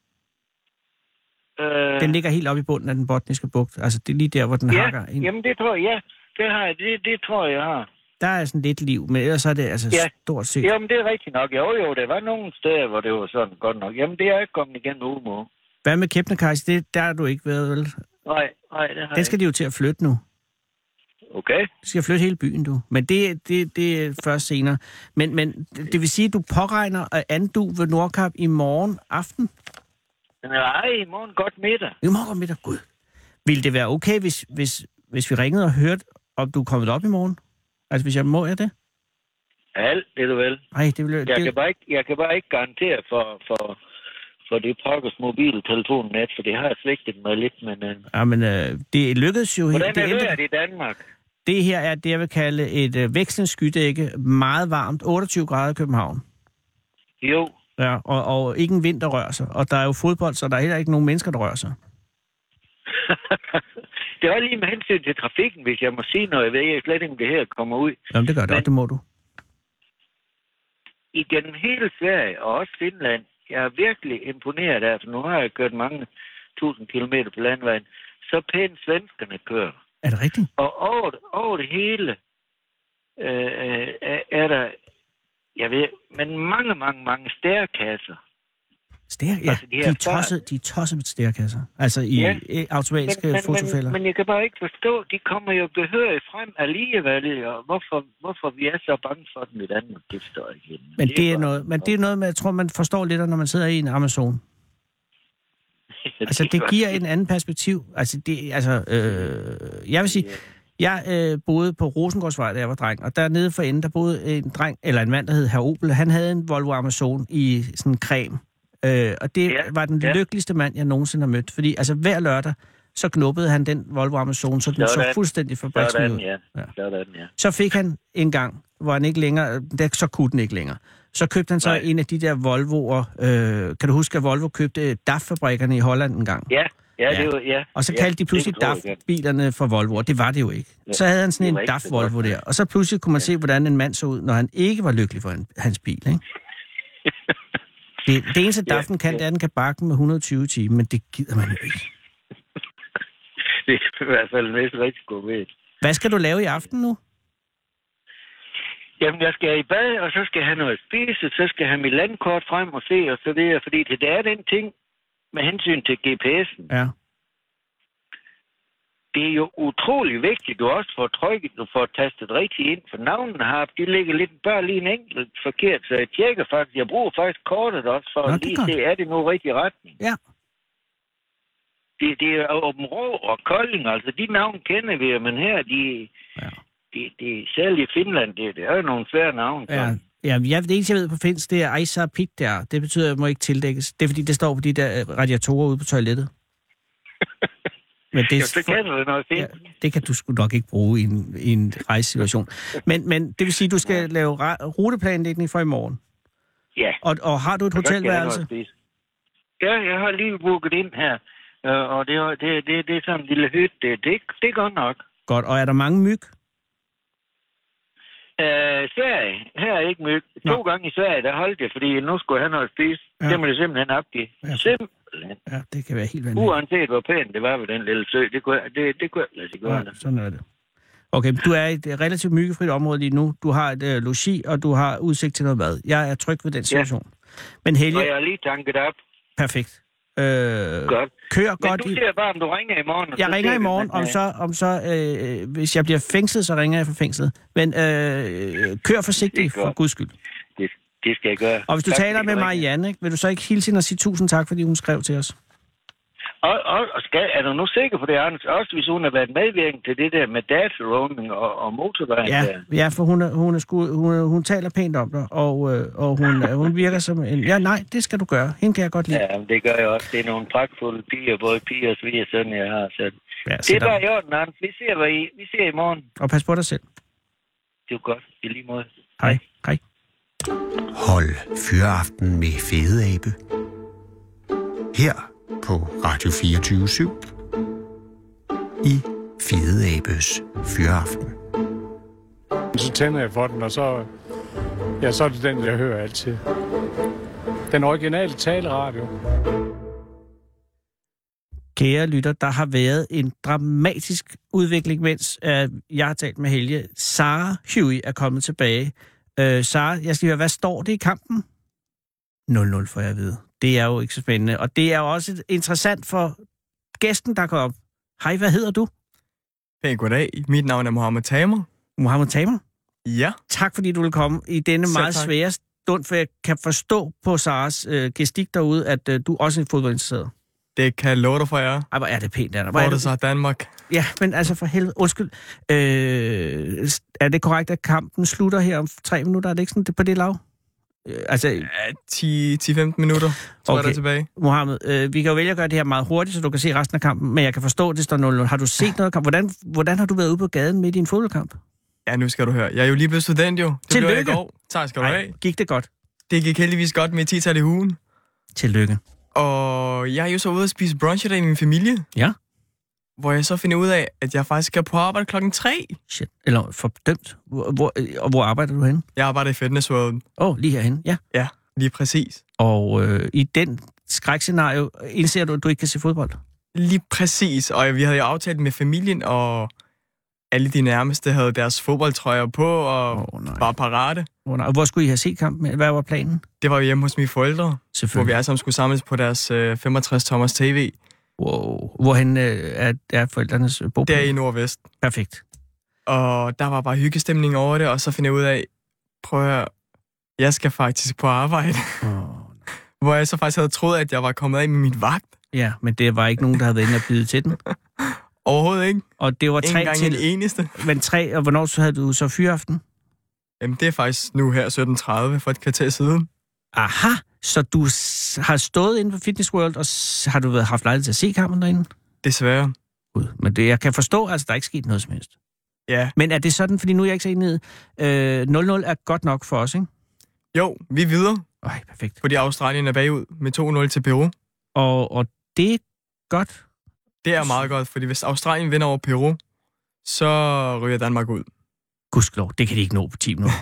Speaker 6: Øh,
Speaker 4: Den ligger helt oppe i bunden af den botniske bugt. Altså, det er lige der, hvor den
Speaker 6: ja,
Speaker 4: hakker ind.
Speaker 6: jamen det tror jeg, ja. Det, har jeg, det, det tror jeg, jeg har.
Speaker 4: Der er sådan lidt liv, men ellers er det altså
Speaker 6: Ja.
Speaker 4: stort set...
Speaker 6: Jamen, det er rigtigt nok. Jo, jo, der var nogle steder, hvor det var sådan godt nok. Jamen, det er jeg ikke kommet igennem Umeå.
Speaker 4: Hvad med Kebnekaise? Det, der har du ikke været, vel?
Speaker 6: Nej, nej, det har
Speaker 4: Den
Speaker 6: jeg
Speaker 4: skal de jo til at flytte nu.
Speaker 6: ikke. Okay.
Speaker 4: Du skal flytte hele byen, du. Men det, det, det er først senere. Men, men det vil sige, at du påregner at andu ved Nordkap i morgen aften?
Speaker 6: Men nej, i morgen godt middag.
Speaker 4: I morgen godt middag. Gud. Vil det være okay, hvis, hvis, hvis vi ringede og hørte, om du er kommet op i morgen? Altså, hvis jeg må jeg det?
Speaker 6: Alt, det er du vel.
Speaker 4: Nej, det ville...
Speaker 6: Jeg
Speaker 4: det,
Speaker 6: kan bare ikke, jeg kan bare ikke garantere for, for, for det pokkers mobiltelefonnet, for det har jeg svigtet mig lidt, men... Øh,
Speaker 4: Ja, men øh, det lykkedes jo... helt-
Speaker 6: Hvordan er
Speaker 4: det, endte-
Speaker 6: vejret i Danmark?
Speaker 4: det her er det, jeg vil kalde et øh, vekslende skydække. Meget varmt. 28 grader i København.
Speaker 6: Jo,
Speaker 4: Ja, og, og ikke en vind, der rører sig. Og der er jo fodbold, så der er heller ikke nogen mennesker, der rører sig.
Speaker 6: det var lige med hensyn til trafikken, hvis jeg må sige noget. Jeg ved jeg slet ikke, om det her kommer ud.
Speaker 4: Jamen, det gør det,
Speaker 6: Men-
Speaker 4: og det må du.
Speaker 6: Igennem hele Sverige og også Finland, jeg er virkelig imponeret af, for nu har jeg kørt mange tusind kilometer på landvejen, så pænt svenskerne kører.
Speaker 4: Er det rigtigt?
Speaker 6: Og over, det- over det hele øh, øh, er, er der, jeg ved, men mange, mange, mange stærkasser.
Speaker 4: Stær, ja,
Speaker 6: Altså, de her
Speaker 4: de, er
Speaker 6: før-
Speaker 4: tosset, de er tosset med stærkasser. Altså i øh,
Speaker 6: Ja.
Speaker 4: ja. automatiske fotofælder.
Speaker 6: men, men jeg kan bare ikke forstå, de kommer jo behørigt frem alligevel, og hvorfor, hvorfor vi er så bange for dem i Danmark, det forstår jeg ikke. helt.
Speaker 4: Men det er
Speaker 6: bare-
Speaker 4: noget, men det er noget med, jeg tror, man forstår lidt, af, når man sidder i en Amazon. Altså, det
Speaker 6: er
Speaker 4: giver
Speaker 6: godt.
Speaker 4: en anden perspektiv. Altså, det, altså øh, jeg vil sige, jeg øh, boede på Rosengårdsvej, da jeg var dreng, og dernede for enden, der boede en dreng, eller en mand, der hed Herr Opel. Han havde en Volvo Amazon i sådan en creme. Øh, og det
Speaker 6: Ja,
Speaker 4: var den
Speaker 6: ja.
Speaker 4: lykkeligste mand, jeg nogensinde har mødt. Fordi altså, hver lørdag, så knuppede han den Volvo Amazon, så den så
Speaker 6: Sådan.
Speaker 4: fuldstændig fabriksny
Speaker 6: Sådan,
Speaker 4: ud.
Speaker 6: ja.
Speaker 4: Ja.
Speaker 6: Sådan, ja.
Speaker 4: Så fik han en gang, hvor han ikke længere, der, så kunne den ikke længere. Så købte han så Nej.
Speaker 6: Nej.
Speaker 4: en af de der Volvoer. Øh, kan du huske, at Volvo købte DAF-fabrikkerne i Holland en gang?
Speaker 6: Ja, ja,
Speaker 4: Ja.
Speaker 6: det var, ja.
Speaker 4: Og så
Speaker 6: ja,
Speaker 4: kaldte de pludselig
Speaker 6: det tror jeg godt.
Speaker 4: DAF-bilerne for Volvo, og det var det jo ikke.
Speaker 6: Ja,
Speaker 4: Så havde han
Speaker 6: det
Speaker 4: sådan
Speaker 6: var
Speaker 4: en
Speaker 6: ikke så
Speaker 4: DAF-Volvo
Speaker 6: godt.
Speaker 4: der, og så pludselig kunne man se, hvordan en mand så ud, når han ikke var lykkelig for en, hans bil. Ikke? Det, det eneste,
Speaker 6: Ja,
Speaker 4: DAF'en kan,
Speaker 6: ja.
Speaker 4: det er, at den kan bakke med 120 timer, men det gider man jo ikke.
Speaker 6: Det er i hvert fald næsten rigtig god ved.
Speaker 4: Hvad skal du lave i aften nu?
Speaker 6: Jamen, jeg skal i bad, og så skal jeg have noget at spise, så skal jeg have mit landkort frem og se, og så videre. Fordi det der er den ting med hensyn til GPS'en.
Speaker 4: Ja.
Speaker 6: det er jo utrolig vigtigt, du også får trykket, du får tastet rigtigt ind, for navnene har, de ligger lidt bare lige en enkelt forkert, så jeg tjekker faktisk, jeg bruger faktisk kortet også, for
Speaker 4: Nå,
Speaker 6: at
Speaker 4: det er
Speaker 6: lige
Speaker 4: godt.
Speaker 6: se, er det nu rigtig retning?
Speaker 4: Ja.
Speaker 6: Det, det er Åben Rå og Kolding, altså de navne kender vi, jo, men her, de,
Speaker 4: Ja.
Speaker 6: de, de selv i Finland, det, det er jo nogle svære navne.
Speaker 4: Ja, Ja, jeg, det eneste, jeg ved på finsk, det er Aisa Pik der. Det betyder, at jeg må ikke tildækkes. Det er, fordi det står på de der øh, radiatorer ude på toilettet. Men det,
Speaker 6: Jo, så kan du det noget
Speaker 4: ja,
Speaker 6: fint.
Speaker 4: det kan du sgu nok ikke bruge i en, i en rejsesituation. Men, men det vil sige, at du skal lave ra- ruteplanlægning for i morgen.
Speaker 6: Ja.
Speaker 4: Og, og har du et
Speaker 6: Og så skal jeg have noget
Speaker 4: hotelværelse?
Speaker 6: at spise. Ja, jeg har lige booket ind her. Øh, og det, er- det, det, det er sådan en lille hytte. Det, det, det er godt nok.
Speaker 4: Godt. Og er der mange myg?
Speaker 6: Øh, Sverige. Her er ikke myg. To
Speaker 4: Nå.
Speaker 6: gange i Sverige, der holdt jeg, fordi nu skulle jeg have noget at spise.
Speaker 4: Ja.
Speaker 6: Ja. Det må jeg simpelthen opgive.
Speaker 4: Ja.
Speaker 6: Ja. Simpelthen.
Speaker 4: Ja, det kan være helt vanvittigt.
Speaker 6: Uanset hvor pænt det var ved den lille sø, det kunne, jeg- det, det kunne jeg ikke lade sig gøre.
Speaker 4: Ja, sådan er det. Okay, men du er i et øh, relativt myggefrit område lige nu. Du har et øh, logi, og du har udsigt til noget mad. Jeg er tryg ved den situation. Men Helge,
Speaker 6: Og jeg har lige tanket op.
Speaker 4: perfekt. Øh,
Speaker 6: Godt.
Speaker 4: Kører
Speaker 6: Men
Speaker 4: godt.
Speaker 6: du
Speaker 4: i-
Speaker 6: siger bare, om du ringer i morgen. og
Speaker 4: Jeg
Speaker 6: så
Speaker 4: ringer i
Speaker 6: ser vi,
Speaker 4: morgen,
Speaker 6: men,
Speaker 4: om
Speaker 6: øh,
Speaker 4: så, om så øh, hvis jeg bliver fængslet, så ringer jeg fra fængslet. Men øh, kør forsigtigt,
Speaker 6: Det er godt.
Speaker 4: for guds skyld.
Speaker 6: Det, det skal jeg gøre.
Speaker 4: Og hvis du
Speaker 6: Tak,
Speaker 4: taler
Speaker 6: fordi
Speaker 4: med
Speaker 6: ringede.
Speaker 4: Marianne, ikke, vil du så ikke hilse hende og sige tusind tak, fordi hun skrev til os?
Speaker 6: Og, og, og skal, er du nu sikker på det, Anders? Også hvis hun har været medvirkende til det der med data roaming og, og motorvejen.
Speaker 4: Ja,
Speaker 6: der.
Speaker 4: ja for hun, er, hun, er sku, hun, er- hun taler pænt om dig, og, øh, og hun, er- hun virker som en... Ja, nej, det skal du gøre. Hende kan jeg godt lide.
Speaker 6: ja men det gør jeg også. Det er nogle pragtfulde piger, både piger og sviger, sådan jeg har. Så.
Speaker 4: Ja,
Speaker 6: Det
Speaker 4: så
Speaker 6: er bare
Speaker 4: der,
Speaker 6: i orden, Anders. Vi ser, hvad I, vi ser i morgen.
Speaker 4: og pas på dig selv.
Speaker 6: Det er jo godt. I lige måde.
Speaker 4: Hej. Hej.
Speaker 3: Hold fyreaften med Fede Abe. Her på Radio 24 I Fede Abes Fyreaften.
Speaker 8: Så tænder jeg for den, og så, ja, så er det den, jeg hører altid. Den originale taleradio.
Speaker 4: Kære lytter, der har været en dramatisk udvikling, mens øh, jeg har talt med Helge. Sara Huey er kommet tilbage. Øh, Sara, jeg skal høre, hvad står det i kampen? 0-0 får jeg at vide. Det er jo ikke så spændende. Og det er jo også interessant for gæsten, der går op. Hej, hvad hedder du?
Speaker 7: Hey, goddag. Mit navn er Mohammed Tamer.
Speaker 4: Mohammed Tamer.
Speaker 7: Ja,
Speaker 4: Tak, fordi du vil komme i denne
Speaker 7: Selv
Speaker 4: meget
Speaker 7: tak.
Speaker 4: svære stund, for jeg kan forstå på Saras øh, gestik derude, at øh, du også er fodboldinteresseret.
Speaker 7: det kan jeg love dig for jer.
Speaker 4: Ej, hvor er det pænt, Anna. Hvor er
Speaker 7: Hvor
Speaker 4: du
Speaker 7: det så er Danmark.
Speaker 4: Ja, men altså for helvede, undskyld. Øh, er det korrekt, at kampen slutter her om tre minutter? Er det ikke sådan det, på det lav? Øh, altså,
Speaker 7: Ja, 10 10-15 minutter, tror okay. jeg,
Speaker 4: Okay.
Speaker 7: der er tilbage.
Speaker 4: Mohammed, øh, vi kan jo vælge at gøre det her meget hurtigt, så du kan se resten af kampen, men jeg kan forstå, at det står 0-0. Har du set noget af kampen? Hvordan, hvordan har du været ude på gaden midt i en fodboldkamp?
Speaker 7: Ja, nu skal du høre. Jeg er jo lige blevet student, jo. Det blev jeg i
Speaker 4: Tillykke.
Speaker 7: går. Tak skal du
Speaker 4: Nej,
Speaker 7: have.
Speaker 4: gik det godt?
Speaker 7: Det gik heldigvis godt med 10 i ugen.
Speaker 4: Tillykke.
Speaker 7: Og jeg er jo så ude at spise brunch i dag med min familie.
Speaker 4: Ja.
Speaker 7: Hvor jeg så finder ud af, at jeg faktisk skal på arbejde klokken 3.
Speaker 4: Shit. Eller fordømt. Hvor, hvor, øh, og hvor arbejder du henne?
Speaker 7: Jeg arbejder i Fitness World.
Speaker 4: Åh, oh, lige herhen. Ja.
Speaker 7: Ja, lige præcis.
Speaker 4: Og øh, i den skrækscenario indser du, at du ikke kan se fodbold.
Speaker 7: Lige præcis. Og vi havde jo aftalt med familien, og alle de nærmeste havde deres fodboldtrøjer på og
Speaker 4: Åh, nej.
Speaker 7: var parate.
Speaker 4: Hvor, hvor skulle I have set kampen? Hvad var planen?
Speaker 7: Det var jo hjemme hos mine forældre, hvor vi
Speaker 4: Selvfølgelig.
Speaker 7: alle sammen skulle samles på deres øh, 65-tommers tv,
Speaker 4: Wow. Hvorhen øh, er, er forældrenes bog?
Speaker 7: der i Nordvest.
Speaker 4: Perfekt.
Speaker 7: Og der var bare hyggestemning over det, og så finder jeg ud af, prøv at høre, jeg skal faktisk på arbejde.
Speaker 4: Oh.
Speaker 7: Hvor jeg så faktisk havde troet, at jeg var kommet af med mit vagt.
Speaker 4: Ja, men det var ikke nogen, der havde været inde og byde til den.
Speaker 7: Overhovedet ikke.
Speaker 4: Og det var
Speaker 7: Ikke
Speaker 4: tre
Speaker 7: engang en
Speaker 4: til...
Speaker 7: eneste.
Speaker 4: Men tre, og hvornår så havde du så fyraften?
Speaker 7: Jamen, det er faktisk nu her 17.30 for et kvarter siden.
Speaker 4: Aha, så du s- har stået inde på Fitness World, og s- har du været haft lejlighed til at se kampen derinde?
Speaker 7: Desværre.
Speaker 4: Gud, men det, jeg kan forstå, altså der er ikke sket noget som helst.
Speaker 7: Ja.
Speaker 4: Men er det sådan, fordi nu er jeg ikke så enig i, øh, 0-0 er godt nok for os, ikke?
Speaker 7: Jo, vi er videre,
Speaker 4: Ej, perfekt.
Speaker 7: fordi Australien er bagud med 2-0 til Peru.
Speaker 4: Og, og det er godt.
Speaker 7: Det er meget godt, fordi hvis Australien vinder over Peru, så ryger Danmark ud.
Speaker 4: Gudskelov, det kan de ikke nå på 10 minutter.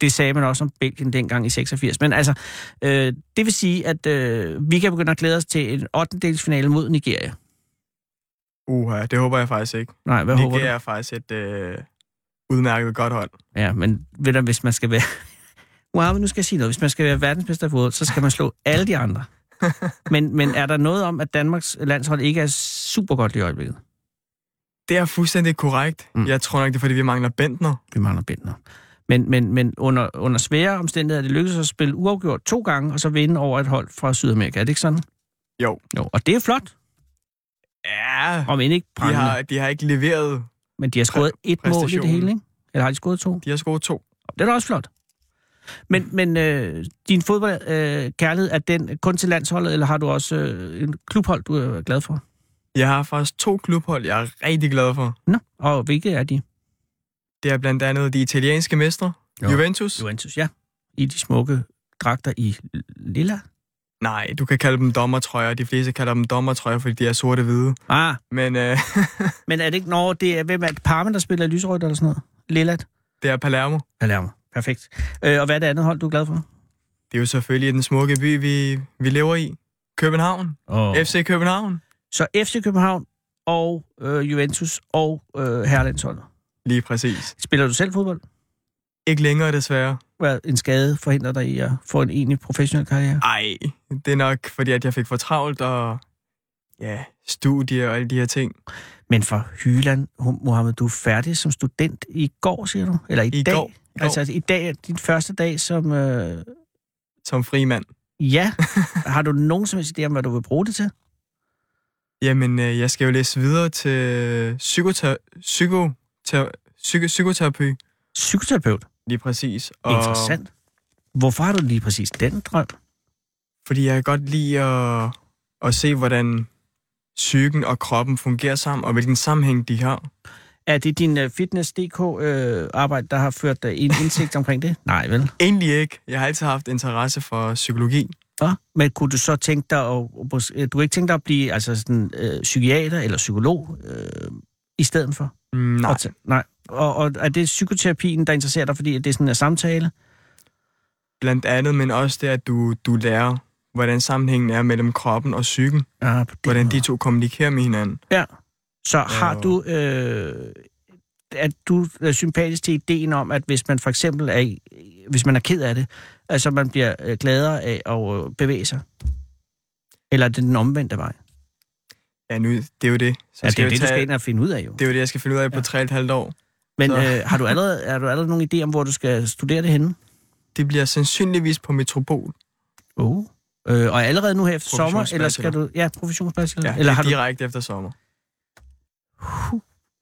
Speaker 4: det sagde man også om Belgien dengang i 86. Men altså, øh, det vil sige, at øh, vi kan begynde at glæde os til en 8. delsfinale mod Nigeria.
Speaker 7: Uha, det håber jeg faktisk ikke.
Speaker 4: Nej, hvad håber
Speaker 7: Nigeria
Speaker 4: du?
Speaker 7: er faktisk et øh, udmærket godt hold.
Speaker 4: Ja, men ved du, hvis man skal være... Wow, men nu skal jeg sige noget. Hvis man skal være verdensmester i fodbold, så skal man slå alle de andre. Men, men er der noget om, at Danmarks landshold ikke er super godt i øjeblikket?
Speaker 7: Det er fuldstændig korrekt.
Speaker 4: Mm.
Speaker 7: Mm. Jeg tror nok, det er, fordi vi mangler Bentner.
Speaker 4: Vi mangler bindner. Men, men, men under, under svære omstændigheder er det lykkedes at spille uafgjort to gange, og så vinde over et hold fra Sydamerika. Er det ikke sådan?
Speaker 7: Jo.
Speaker 4: Jo, og det er flot,
Speaker 7: Ja,
Speaker 4: om end ikke
Speaker 7: de
Speaker 4: prangende.
Speaker 7: har, de har ikke leveret.
Speaker 4: Men de har scoret et mål i det
Speaker 7: præstationen.
Speaker 4: hele, ikke? Eller har de scoret to?
Speaker 7: De har scoret to.
Speaker 4: Det er da også flot. Men, men øh, din fodboldkærlighed, øh, kærlighed, er den kun til landsholdet, eller har du også øh, en klubhold, du er glad for?
Speaker 7: Jeg har faktisk to klubhold, jeg er rigtig glad for.
Speaker 4: Nå, og hvilke er de?
Speaker 7: Det er blandt andet de italienske mestre,
Speaker 4: Jo.
Speaker 7: Juventus.
Speaker 4: Juventus, ja. I de smukke dragter i lilla.
Speaker 7: Nej, du kan kalde dem dommertrøjer. De fleste kalder dem dommertrøjer, fordi de er sorte-hvide.
Speaker 4: Ah,
Speaker 7: Men øh,
Speaker 4: men er det ikke, når det er, hvem er det? Parma, der spiller i lyserødt eller sådan noget? Lillat?
Speaker 7: det er Palermo.
Speaker 4: Palermo. Perfekt. Øh, og hvad er det andet hold, du er glad for?
Speaker 7: Det er jo selvfølgelig den smukke by, vi, vi lever i. København.
Speaker 4: Oh.
Speaker 7: Oh. FC København.
Speaker 4: Så FC København og øh, Juventus og øh, herrelandsholdet.
Speaker 7: Lige præcis.
Speaker 4: Spiller du selv fodbold?
Speaker 7: Ikke længere, desværre.
Speaker 4: Hvad en skade forhindrer dig i at få en egentlig professionel karriere?
Speaker 7: Ej, det er nok fordi, at jeg fik for travlt og ja, studier og alle de her ting.
Speaker 4: Men for Hyland, Mohammed, du er færdig som student i går, siger du? Eller i,
Speaker 7: I
Speaker 4: dag?
Speaker 7: går, i går.
Speaker 4: Altså i dag, er din første dag som... Øh,
Speaker 7: Som fri mand.
Speaker 4: ja. Har du nogen som helst idé om, hvad du vil bruge det til?
Speaker 7: Jamen, øh, jeg skal jo læse videre til psykota- psyko- psyko- psykoterapi.
Speaker 4: Psykoterapeut.
Speaker 7: Lige præcis.
Speaker 4: Og... Interessant. Hvorfor har du lige præcis den drøm?
Speaker 7: Fordi jeg kan godt lide at, at se, hvordan psyken og kroppen fungerer sammen, og hvilken sammenhæng de har.
Speaker 4: Er det din uh, fitness.dk-arbejde, arbejde der har ført dig en indsigt omkring det? Nej, vel?
Speaker 7: Egentlig ikke. Jeg har altid haft interesse for psykologi.
Speaker 4: Ja. Men kunne du så tænke dig at... mås- Du har ikke tænkt dig at blive altså sådan, øh, psykiater eller psykolog øh, i stedet for?
Speaker 7: Mm, Nej,
Speaker 4: Og tæ- nej. Og, og er det psykoterapien, der interesserer dig, fordi at det er sådan en samtale?
Speaker 7: blandt andet, men også det, at du, du lærer, hvordan sammenhængen er mellem kroppen og psyken.
Speaker 4: Ja, på den
Speaker 7: Hvordan
Speaker 4: måde.
Speaker 7: de to kommunikerer med hinanden.
Speaker 4: Ja. Så har
Speaker 7: Og-
Speaker 4: du... Øh, er du øh, sympatisk til ideen om, at hvis man for eksempel er, i- hvis man er ked af det, altså man bliver øh, gladere af at øh, bevæge sig? Eller er det den omvendte vej?
Speaker 7: Ja, nu, det er jo det. Så
Speaker 4: Ja, det er
Speaker 7: jeg
Speaker 4: jo det, du
Speaker 7: tage-
Speaker 4: skal ind og finde ud af, jo.
Speaker 7: det er jo det, jeg skal finde ud af på
Speaker 4: Ja.
Speaker 7: tre og et halvt år.
Speaker 4: Men
Speaker 7: så-
Speaker 4: øh, har du allerede, er du allerede nogen idé om, hvor du skal studere det henne?
Speaker 7: Det bliver sandsynligvis på Metropol. Uh.
Speaker 4: Oh. Øh, og allerede nu her efter sommer, eller skal
Speaker 7: Professionsbachelor.
Speaker 4: du... Ja, professionsbachelor.
Speaker 7: Ja,
Speaker 4: eller
Speaker 7: det
Speaker 4: har
Speaker 7: er
Speaker 4: du
Speaker 7: direkte efter sommer.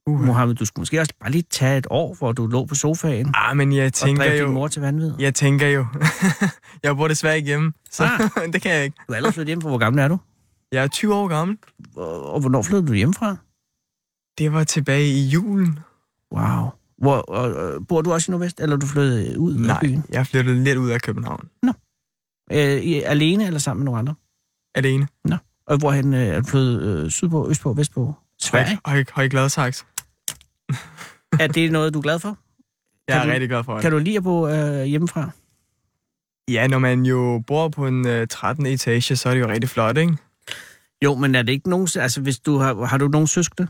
Speaker 4: Uh. Mohammed, du skulle måske også bare lige tage et år, hvor du lå på sofaen og
Speaker 7: Ah, men jeg tænker
Speaker 4: drev
Speaker 7: jo...
Speaker 4: din mor til vanvid. Ja.
Speaker 7: Jeg tænker jo. jeg bor desværre ikke hjemme, så
Speaker 4: Ah.
Speaker 7: det kan jeg ikke.
Speaker 4: Du er allerede flyttet hjem, for hvor gammel er du?
Speaker 7: Jeg er 20 år gammel.
Speaker 4: Og, og hvornår flyttede du hjemmefra?
Speaker 7: Det var tilbage i julen.
Speaker 4: Wow. Hvor, og, og, bor du også i Nordvest, eller er du flyttet øh, ud af
Speaker 7: Nej,
Speaker 4: byen?
Speaker 7: jeg flyttede lidt ud af København.
Speaker 4: Øh, i- alene eller sammen med nogle andre?
Speaker 7: Alene.
Speaker 4: Og hvorhen øh, er du flyttet øh, sydpå, østpå, vestpå? Sverige.
Speaker 7: Høj, høj, glad sagt.
Speaker 4: er det noget, du er glad for?
Speaker 7: Jeg
Speaker 4: Kan
Speaker 7: er
Speaker 4: du-
Speaker 7: rigtig glad for det.
Speaker 4: Kan du lide at bo øh, hjemmefra?
Speaker 7: Ja, når man jo bor på en øh, 13. etage, så er det jo rigtig flot, ikke?
Speaker 4: Jo, men er det ikke nogen... Altså, hvis du har, har du nogen søskende?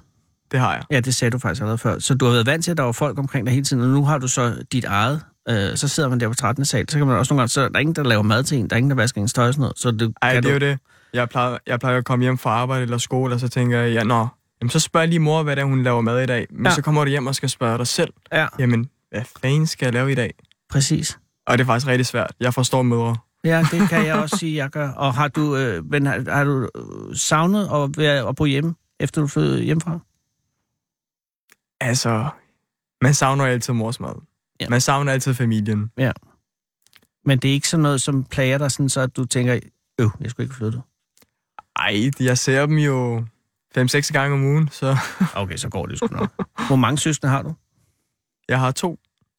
Speaker 7: Det har jeg.
Speaker 4: Ja, det sagde du faktisk allerede før. Så du har været vant til, at der var folk omkring dig hele tiden, og nu har du så dit eget. Øh, så sidder man der på 13. sal, så kan man også nogle gange, så er der ingen, der laver mad til en, der er ingen, der vasker ens tøj og sådan noget. Så det,
Speaker 7: Ej,
Speaker 4: kan
Speaker 7: det er
Speaker 4: du,
Speaker 7: jo det. Jeg plejer, jeg plejer at komme hjem fra arbejde eller skole, og så tænker jeg, ja, nå, jamen, så spørger jeg lige mor, hvad det er, hun laver mad i dag. Men
Speaker 4: Ja.
Speaker 7: ja. så kommer du hjem og skal spørge dig selv,
Speaker 4: Ja,
Speaker 7: jamen, hvad fanden skal jeg lave i dag?
Speaker 4: præcis.
Speaker 7: Og det er faktisk rigtig svært. Jeg forstår mødre.
Speaker 4: Ja, det kan jeg også sige, jeg gør. Og har du, øh, men har, har du øh, savnet at, være, at bo hjemme, efter du flyttede hjemmefra?
Speaker 7: Altså, man savner altid morsmad.
Speaker 4: Ja.
Speaker 7: Ja. Man savner altid familien.
Speaker 4: Men det er ikke sådan noget, som plager dig, sådan, så at du tænker, øh, jeg skulle ikke flytte.
Speaker 7: Ej, jeg ser dem jo 5-6 gange om ugen, så
Speaker 4: Okay, så går det sgu nok. Hvor mange søskende har du?
Speaker 7: jeg har to.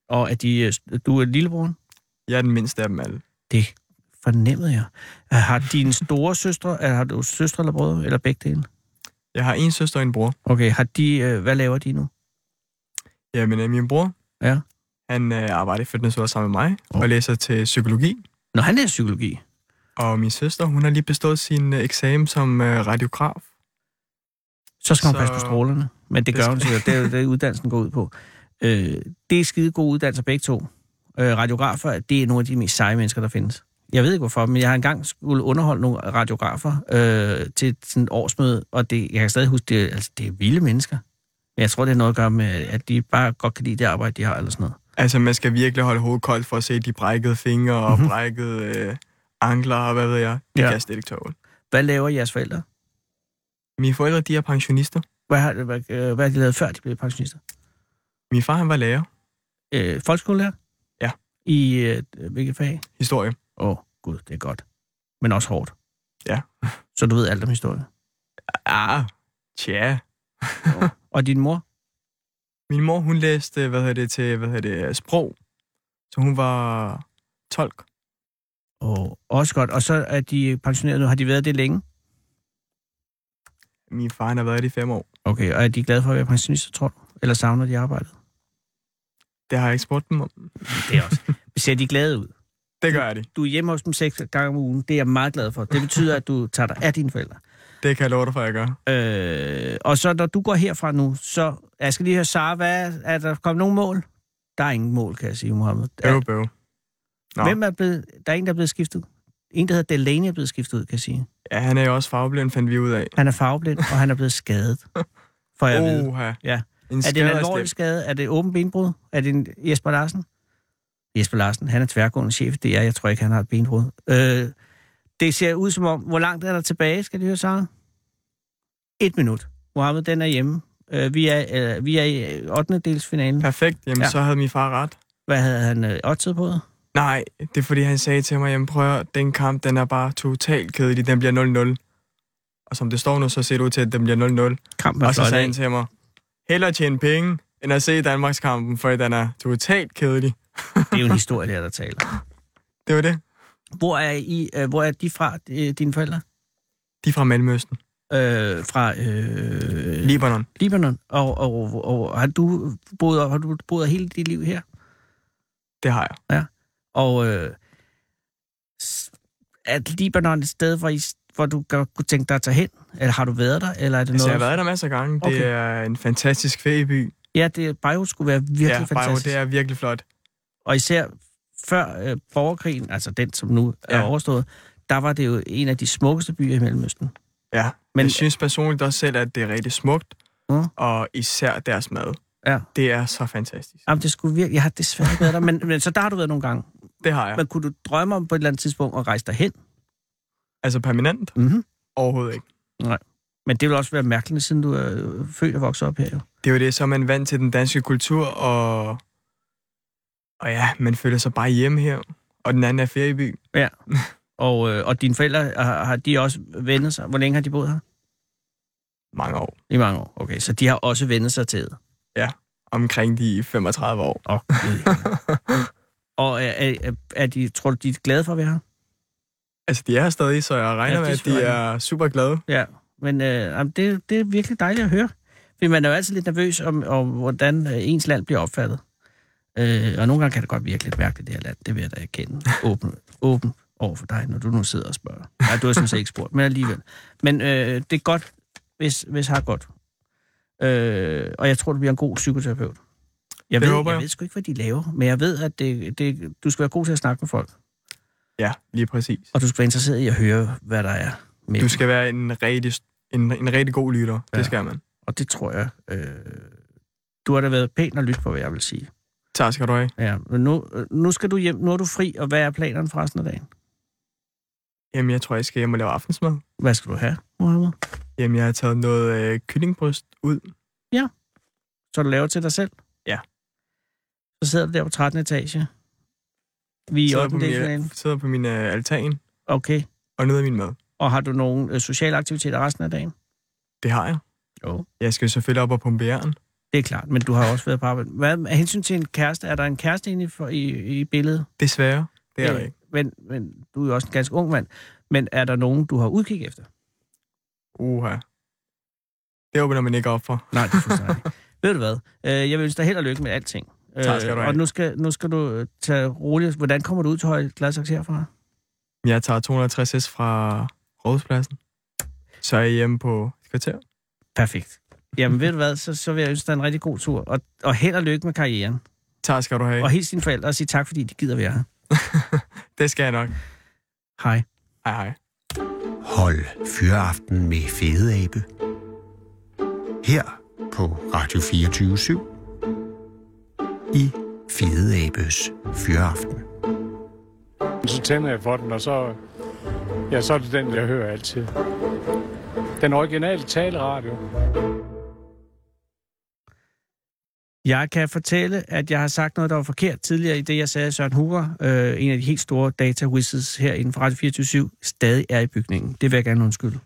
Speaker 4: Og er de, øh, du er lillebroren?
Speaker 7: Jeg er den mindste af dem alle.
Speaker 4: Det fornemmede jeg. Øh, Har dine store søstre, eller har du søstre eller brødre, eller begge dele?
Speaker 7: Jeg har en søster og en bror.
Speaker 4: Okay, har de, øh, hvad laver de nu?
Speaker 7: Jamen, øh, min bror,
Speaker 4: Ja.
Speaker 7: han øh, arbejder i fitnessudvalget sammen med mig og læser til psykologi.
Speaker 4: Nå, han læser psykologi.
Speaker 7: Og min søster, hun har lige bestået sin øh, eksamen som øh, radiograf.
Speaker 4: Så skal hun
Speaker 7: Så-
Speaker 4: passe på strålerne. Men det
Speaker 7: Det
Speaker 4: gør hun
Speaker 7: skal-
Speaker 4: sikkert. Det er jo det, uddannelsen går ud på. Øh, det er skide gode uddannelser begge to. Øh, radiografer, det er nogle af de mest seje mennesker, der findes. Jeg ved ikke hvorfor, men jeg har engang skulle underholde nogle radiografer øh, til sådan et årsmøde, og det, jeg kan stadig huske, det, er- altså, det er vilde mennesker. Men jeg tror, det har noget at gøre med, at de bare godt kan lide det arbejde, de har, eller sådan noget.
Speaker 7: Altså, man skal virkelig holde hovedet koldt for at se de brækkede fingre og mm-hmm. brækkede øh, ankler og hvad ved jeg. Det
Speaker 4: Mhm. Ja.
Speaker 7: ja. kan jeg slet ikke tåle.
Speaker 4: Hvad laver jeres forældre?
Speaker 7: Mine forældre, de er pensionister.
Speaker 4: Hvad har, hvad, øh, hvad har de lavet før, de blev pensionister?
Speaker 7: Min far, han var lærer.
Speaker 4: Øh, folkeskolelærer?
Speaker 7: Ja.
Speaker 4: i øh, hvilket fag?
Speaker 7: Historie.
Speaker 4: Åh, oh, gud, det er godt. Men også hårdt.
Speaker 7: Ja.
Speaker 4: Så du ved alt om historie.
Speaker 7: Ah, tja.
Speaker 4: Og din mor?
Speaker 7: Min mor, hun læste, hvad hedder det, til, hvad hedder det, øh, sprog. Så hun var tolk.
Speaker 4: Åh, også godt. Og så er de pensioneret nu. Har de været det længe?
Speaker 7: Min far han har været det i fem år.
Speaker 4: Okay, og er de glade for at være pensionister, tror du? Eller savner de arbejdet?
Speaker 7: Det har jeg ikke spurgt dem om.
Speaker 4: Det er også. Ser de glade ud?
Speaker 7: Det gør de.
Speaker 4: Du er hjemme hos dem seks gange om ugen. Det er jeg meget glad for. Det betyder, at du tager dig af dine forældre.
Speaker 7: Det kan jeg love dig for, at jeg gør.
Speaker 4: Øh, og så når du går herfra nu, så... Jeg skal lige høre, Sara, hvad er, er der kommet nogen mål? Der er ingen mål, kan jeg sige, Mohammed.
Speaker 7: Bøv, bøv. Nå.
Speaker 4: Hvem er blevet... Der er en, der er blevet skiftet ud. En, der hedder Delaney, er blevet skiftet ud, kan jeg sige.
Speaker 7: Ja, han er jo også farveblind, fandt vi ud af.
Speaker 4: Han er farveblind, og han er blevet skadet. For jeg ved.
Speaker 7: Oha.
Speaker 4: Ja.
Speaker 7: En
Speaker 4: Er det en
Speaker 7: skade
Speaker 4: alvorlig
Speaker 7: slemt.
Speaker 4: skade? Er det åben benbrud? Er det en Jesper Larsen? Jesper Larsen, han er tværgående chef. Det er, jeg tror ikke, han har et benbrud. Øh, det ser ud som om, hvor langt er der tilbage, skal det høre, Sara? Et minut. Mohammed, den er hjemme. Øh, vi, er, øh, vi er i 8. delsfinalen.
Speaker 7: Perfekt. Jamen,
Speaker 4: Ja.
Speaker 7: ja. så havde min far ret.
Speaker 4: Hvad havde han øh, oddset på?
Speaker 7: Nej, det er fordi, han sagde til mig, jamen prøv at høre, den kamp, den er bare totalt kedelig. Den bliver 0-0. Og som det står nu, så ser det ud til, at den bliver 0-0.
Speaker 4: Kamp
Speaker 7: Og så
Speaker 4: fløjte
Speaker 7: sagde
Speaker 4: af.
Speaker 7: han til mig, hellere tjene penge, end at se Danmarkskampen, for den er totalt kedelig.
Speaker 4: Det er jo en historie, der, der taler.
Speaker 7: Det var det.
Speaker 4: Hvor er, I, øh, hvor er de fra, øh, dine forældre?
Speaker 7: De er fra Mellemøsten.
Speaker 4: Øh, fra øh,
Speaker 7: Libanon.
Speaker 4: Libanon. Og, og, og, og har, du boet, har du boet hele dit liv her?
Speaker 7: Det har jeg.
Speaker 4: Og øh, s- er Libanon et sted, hvor, I, hvor du godt kunne tænke dig at tage hen? Eller har du været der? Eller er det
Speaker 7: Altså,
Speaker 4: noget?
Speaker 7: jeg har været der masser af gange. Okay.
Speaker 4: Okay.
Speaker 7: Det er en fantastisk ferieby.
Speaker 4: Ja, det, Beirut skulle være virkelig
Speaker 7: ja, Beirut,
Speaker 4: fantastisk.
Speaker 7: det er virkelig flot.
Speaker 4: Og især før øh, borgerkrigen, altså den, som nu er
Speaker 7: Ja.
Speaker 4: overstået, der var det jo en af de smukkeste byer i Mellemøsten.
Speaker 7: Ja.
Speaker 4: Men-
Speaker 7: Men jeg synes personligt også selv, at det er rigtig smukt.
Speaker 4: Mm.
Speaker 7: Og især deres mad.
Speaker 4: Ja.
Speaker 7: Det er så fantastisk.
Speaker 4: Jamen, det skulle virkelig... Jeg har desværre ikke været der, men, men så der har du været nogle gange.
Speaker 7: Det har jeg.
Speaker 4: Men kunne du drømme om på et eller andet tidspunkt at rejse derhen?
Speaker 7: Altså permanent?
Speaker 4: Mm-hmm.
Speaker 7: Overhovedet ikke.
Speaker 4: Men det vil også være mærkeligt, siden du er øh, født og vokset op her, jo.
Speaker 7: Det er jo det, så er man vant til den danske kultur, og, og ja, man føler sig bare hjemme her. Og den anden er ferieby.
Speaker 4: Og, øh, og dine forældre, har, har de også vendet sig? Hvor længe har de boet her?
Speaker 7: Mange år.
Speaker 4: I mange år. Okay, så de har også vendet sig til det.
Speaker 7: Omkring de 35 år.
Speaker 4: Åh, Gud i himmel. og er, er, er de, tror du, de er glade for at være her?
Speaker 7: Altså, de er her stadig, så jeg regner
Speaker 4: Ja, det er
Speaker 7: ja, med, at de
Speaker 4: selvfølgelig.
Speaker 7: er super glade.
Speaker 4: Ja, men øh, jamen, det, det er virkelig dejligt at høre. Fordi man er jo altid lidt nervøs om, om hvordan øh, ens land bliver opfattet. Øh, og nogle gange kan det godt virke lidt mærkeligt, det her land. Det vil jeg da erkende. Åben, åben over for dig, når du nu sidder og spørger. Nej, du har sådan set ikke spurgt, men alligevel. Men øh, det er godt, hvis, hvis har godt. Øh, og jeg tror, du bliver en god psykoterapeut. Jeg
Speaker 7: Det
Speaker 4: ved,
Speaker 7: håber
Speaker 4: jeg
Speaker 7: jeg.
Speaker 4: ved sgu ikke, hvad de laver, men jeg ved, at det, det, du skal være god til at snakke med folk,
Speaker 7: Ja, lige præcis.
Speaker 4: og du skal være interesseret i at høre, hvad der er med
Speaker 7: Du
Speaker 4: dem.
Speaker 7: skal være en rigtig, en, en rigtig god lytter. Ja.
Speaker 4: Ja.
Speaker 7: Det skal man.
Speaker 4: Og det tror jeg... Øh, du har da været pæn at lytte på, hvad jeg vil sige.
Speaker 7: Tak skal du have.
Speaker 4: Ja, men nu, øh, nu skal du hjem. Nu er du fri, og hvad er planerne for resten af dagen?
Speaker 7: Jamen, jeg tror, jeg skal hjem og lave aftensmad.
Speaker 4: Hvad skal du have, Mohammed?
Speaker 7: Jamen, jeg har taget noget øh, kyllingbryst ud.
Speaker 4: Så du laver til dig selv?
Speaker 7: Ja.
Speaker 4: Så sidder du der på 13. etage. Vi er i
Speaker 7: sidder,
Speaker 4: 8.
Speaker 7: på min, øh,
Speaker 4: delsfinalen.
Speaker 7: sidder på min øh, altan
Speaker 4: Okay.
Speaker 7: og nyder min mad.
Speaker 4: Og har du nogle øh, sociale aktiviteter resten af dagen?
Speaker 7: Det har jeg.
Speaker 4: Jo.
Speaker 7: Jeg skal jo selvfølgelig op og pumpe jern.
Speaker 4: Det er klart, men du har også været på arbejde. Hvad med hensyn til en kæreste? Er der en kæreste egentlig for, i, i billedet?
Speaker 7: Desværre. Det er
Speaker 4: Øh,
Speaker 7: der ikke.
Speaker 4: Men, men du er jo også en ganske ung mand. Men er der nogen, du har udkig efter?
Speaker 7: Uha. Det åbner man ikke op for.
Speaker 4: Nej, det er fuldstændig. rigtigt. Ved du hvad? Øh, Jeg vil ønske dig held og lykke med alting.
Speaker 7: Tak skal
Speaker 4: Øh,
Speaker 7: du have.
Speaker 4: Og nu skal, nu skal du øh, tage roligt. Hvordan kommer du ud til Høje Gladsaxe herfra?
Speaker 7: Jeg tager 250 S fra Rådhuspladsen. Så er jeg hjemme på et kvarter.
Speaker 4: Perfekt. Jamen ved du hvad, så, så vil jeg ønske dig en rigtig god tur. Og, og held og lykke med karrieren.
Speaker 7: Tak skal du have.
Speaker 4: Og hils dine forældre og sige tak, fordi de gider være her.
Speaker 7: Det skal jeg nok.
Speaker 4: Hej.
Speaker 7: Hej hej.
Speaker 3: Hold Fyraften med Fede Abe. Her på Radio 24 I Fede Abes Fyraften.
Speaker 8: Så tænder jeg for den, og så, ja, så er det den, jeg hører altid. Den originale taleradio.
Speaker 4: Jeg kan fortælle, at jeg har sagt noget, der var forkert tidligere i det, jeg sagde, at Søren Huber, øh, en af de helt store data wizards her inden for Radio 24 stadig er i bygningen. Det vil jeg gerne undskylde.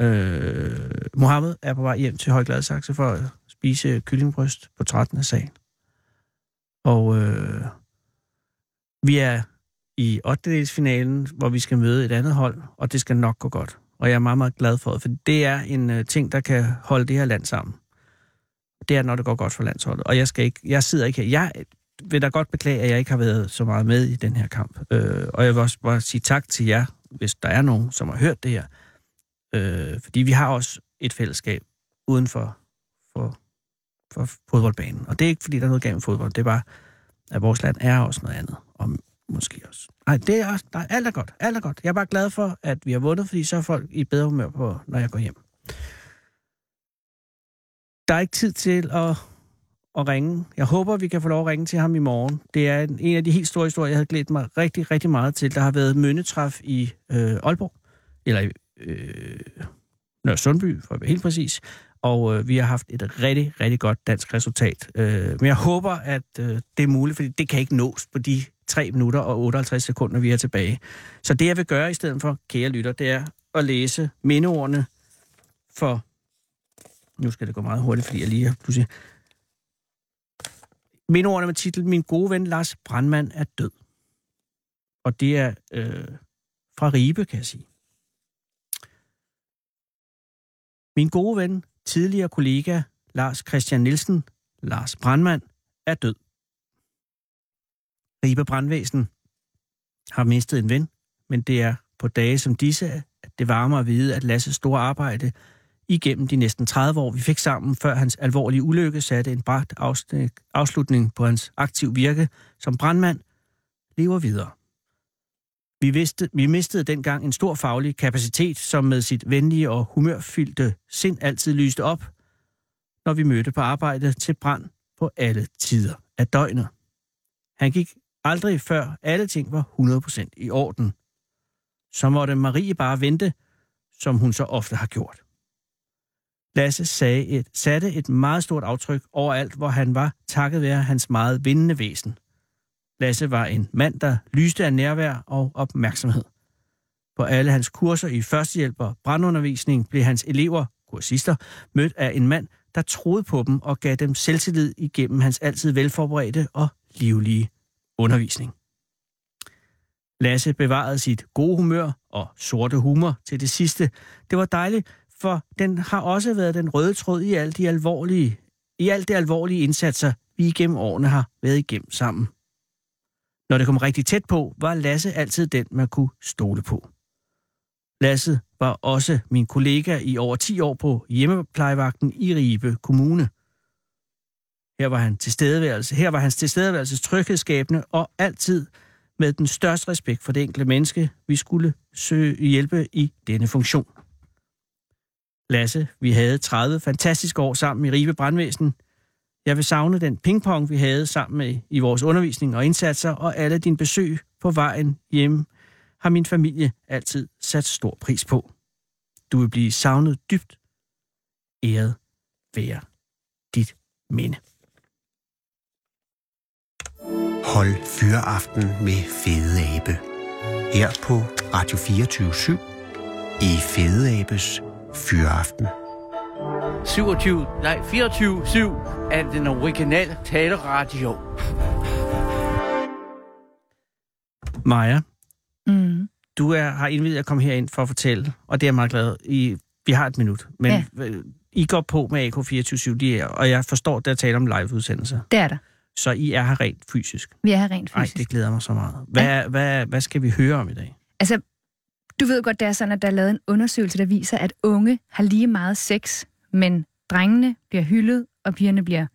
Speaker 4: Øh, Mohammed er på vej hjem til Højgladsaxe for at spise kyllingbryst på 13. sal. Og øh, vi er i 8. hvor vi skal møde et andet hold, og det skal nok gå godt. Og jeg er meget, meget glad for det, for det er en øh, ting, der kan holde det her land sammen det er, når det går godt for landsholdet. Og jeg, skal ikke, jeg sidder ikke her. Jeg vil da godt beklage, at jeg ikke har været så meget med i den her kamp. Øh, og jeg vil også bare sige tak til jer, hvis der er nogen, som har hørt det her. Øh, fordi vi har også et fællesskab uden for, for, for fodboldbanen. Og det er ikke, fordi der er noget galt med fodbold. Det er bare, at vores land er også noget andet. Og måske også. Nej, det er også, nej, alt er godt. Alt er godt. Jeg er bare glad for, at vi har vundet, fordi så er folk i bedre humør på, når jeg går hjem der er ikke tid til at, at ringe. Jeg håber, vi kan få lov at ringe til ham i morgen. Det er en, en af de helt store historier, jeg havde glædet mig rigtig, rigtig meget til. Der har været mønnetræf i øh, Aalborg, eller i øh, Nørre Sundby, for at være helt præcis. Og øh, vi har haft et rigtig, rigtig godt dansk resultat. Øh, men jeg håber, at øh, det er muligt, fordi det kan ikke nås på de 3 minutter og 58 sekunder, vi er tilbage. Så det, jeg vil gøre i stedet for, kære lytter, det er at læse mindeordene for nu skal det gå meget hurtigt, fordi jeg lige har pludselig... Mine ordene med titlen, min gode ven Lars Brandmand er død. Og det er øh, fra Ribe, kan jeg sige. Min gode ven, tidligere kollega Lars Christian Nielsen, Lars Brandmand, er død. Ribe Brandvæsen har mistet en ven, men det er på dage som disse, at det varmer at vide, at Lasses store arbejde igennem de næsten 30 år, vi fik sammen, før hans alvorlige ulykke satte en bragt afsn- afslutning på hans aktiv virke som brandmand, lever videre. Vi, vidste, vi mistede dengang en stor faglig kapacitet, som med sit venlige og humørfyldte sind altid lyste op, når vi mødte på arbejde til brand på alle tider af døgnet. Han gik aldrig før alle ting var 100% i orden. Så måtte Marie bare vente, som hun så ofte har gjort. Lasse sagde et, satte et meget stort aftryk overalt, hvor han var, takket være hans meget vindende væsen. Lasse var en mand, der lyste af nærvær og opmærksomhed. På alle hans kurser i førstehjælp og brandundervisning blev hans elever, kursister, mødt af en mand, der troede på dem og gav dem selvtillid igennem hans altid velforberedte og livlige undervisning. Lasse bevarede sit gode humør og sorte humor til det sidste. Det var dejligt, for den har også været den røde tråd i alt, de alvorlige, i alt det alvorlige indsatser, vi igennem årene har været igennem sammen. Når det kom rigtig tæt på, var Lasse altid den, man kunne stole på. Lasse var også min kollega i over 10 år på hjemmeplejevagten i Ribe Kommune. Her var, han tilstedeværelse. Her var hans tilstedeværelses tryghedsskabende og altid med den største respekt for det enkelte menneske, vi skulle søge hjælpe i denne funktion. Lasse, vi havde 30 fantastiske år sammen i Ribe Brandvæsen. Jeg vil savne den pingpong, vi havde sammen med i vores undervisning og indsatser, og alle dine besøg på vejen hjem har min familie altid sat stor pris på. Du vil blive savnet dybt. Æret være dit minde.
Speaker 3: Hold fyreaften med Fede Abe. Her på Radio 24 i Fede Abes Fyreaften.
Speaker 9: 27, nej 24-7 af den originale taleradio.
Speaker 4: Maja,
Speaker 10: Mm.
Speaker 4: du er, har indvidet at komme herind for at fortælle, og det er jeg meget glad i. Vi har et minut, men
Speaker 10: Ja.
Speaker 4: ja. I går på med AK24 lige her, og jeg forstår, der taler om liveudsendelser.
Speaker 10: Det er der.
Speaker 4: Så I er her rent fysisk.
Speaker 10: Vi er her rent
Speaker 4: Nej,
Speaker 10: fysisk.
Speaker 4: det glæder mig så meget. Hvad, ja. hvad, hvad skal vi høre om i dag?
Speaker 10: Altså, du ved godt, det er sådan, at der er lavet en undersøgelse, der viser, at unge har lige meget sex, men drengene bliver hyldet, og pigerne bliver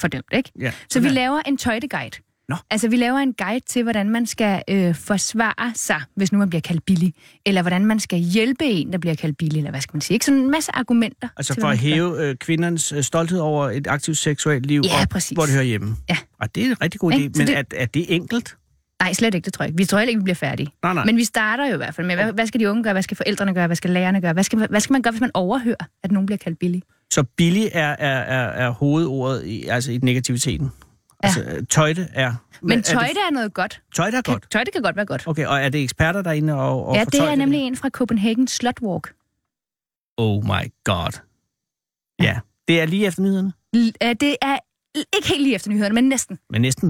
Speaker 10: fordømt, ikke?
Speaker 4: Ja,
Speaker 10: Så vi
Speaker 4: sådan er-
Speaker 10: laver en tøjteguide.
Speaker 4: Nå.
Speaker 10: Altså, vi laver en guide til, hvordan man skal øh, forsvare sig, hvis nu man bliver kaldt billig. Eller hvordan man skal hjælpe en, der bliver kaldt billig, eller hvad skal man sige? Ikke sådan en masse argumenter.
Speaker 4: Altså
Speaker 10: til,
Speaker 4: for
Speaker 10: hvad
Speaker 4: at
Speaker 10: man kan gøre.
Speaker 4: hæve øh, kvindernes øh, stolthed over et aktivt seksuelt liv,
Speaker 10: Ja,
Speaker 4: op,
Speaker 10: præcis.
Speaker 4: hvor det hører hjemme.
Speaker 10: Ja.
Speaker 4: Og det er en rigtig god idé,
Speaker 10: Ikke?
Speaker 4: men
Speaker 10: Så
Speaker 4: det...
Speaker 10: det-
Speaker 4: er, er det enkelt?
Speaker 10: Nej, slet ikke, det tror jeg ikke. Vi tror heller ikke, vi bliver færdige.
Speaker 4: Nej, nej.
Speaker 10: Men vi starter jo i hvert fald med, hvad, hvad skal de unge gøre, hvad skal forældrene gøre, hvad skal lærerne gøre, hvad skal, hvad skal man gøre, hvis man overhører, at nogen bliver kaldt billig?
Speaker 4: Så billig er, er, er, er hovedordet i, altså i negativiteten. Ja. Altså, øh, tøjde er...
Speaker 10: Men
Speaker 4: er
Speaker 10: tøjde er noget godt.
Speaker 4: det, tøjde er godt.
Speaker 10: Tøjde kan godt være godt.
Speaker 4: Okay, og er det eksperter derinde og, og
Speaker 10: ja, det
Speaker 4: fortolker
Speaker 10: er nemlig en fra Copenhagen Slot Walk.
Speaker 4: Oh my god. Ja, det er lige efter nyhederne,
Speaker 10: L- øh, det er l- ikke helt lige efter nyhederne, men næsten.
Speaker 4: men næsten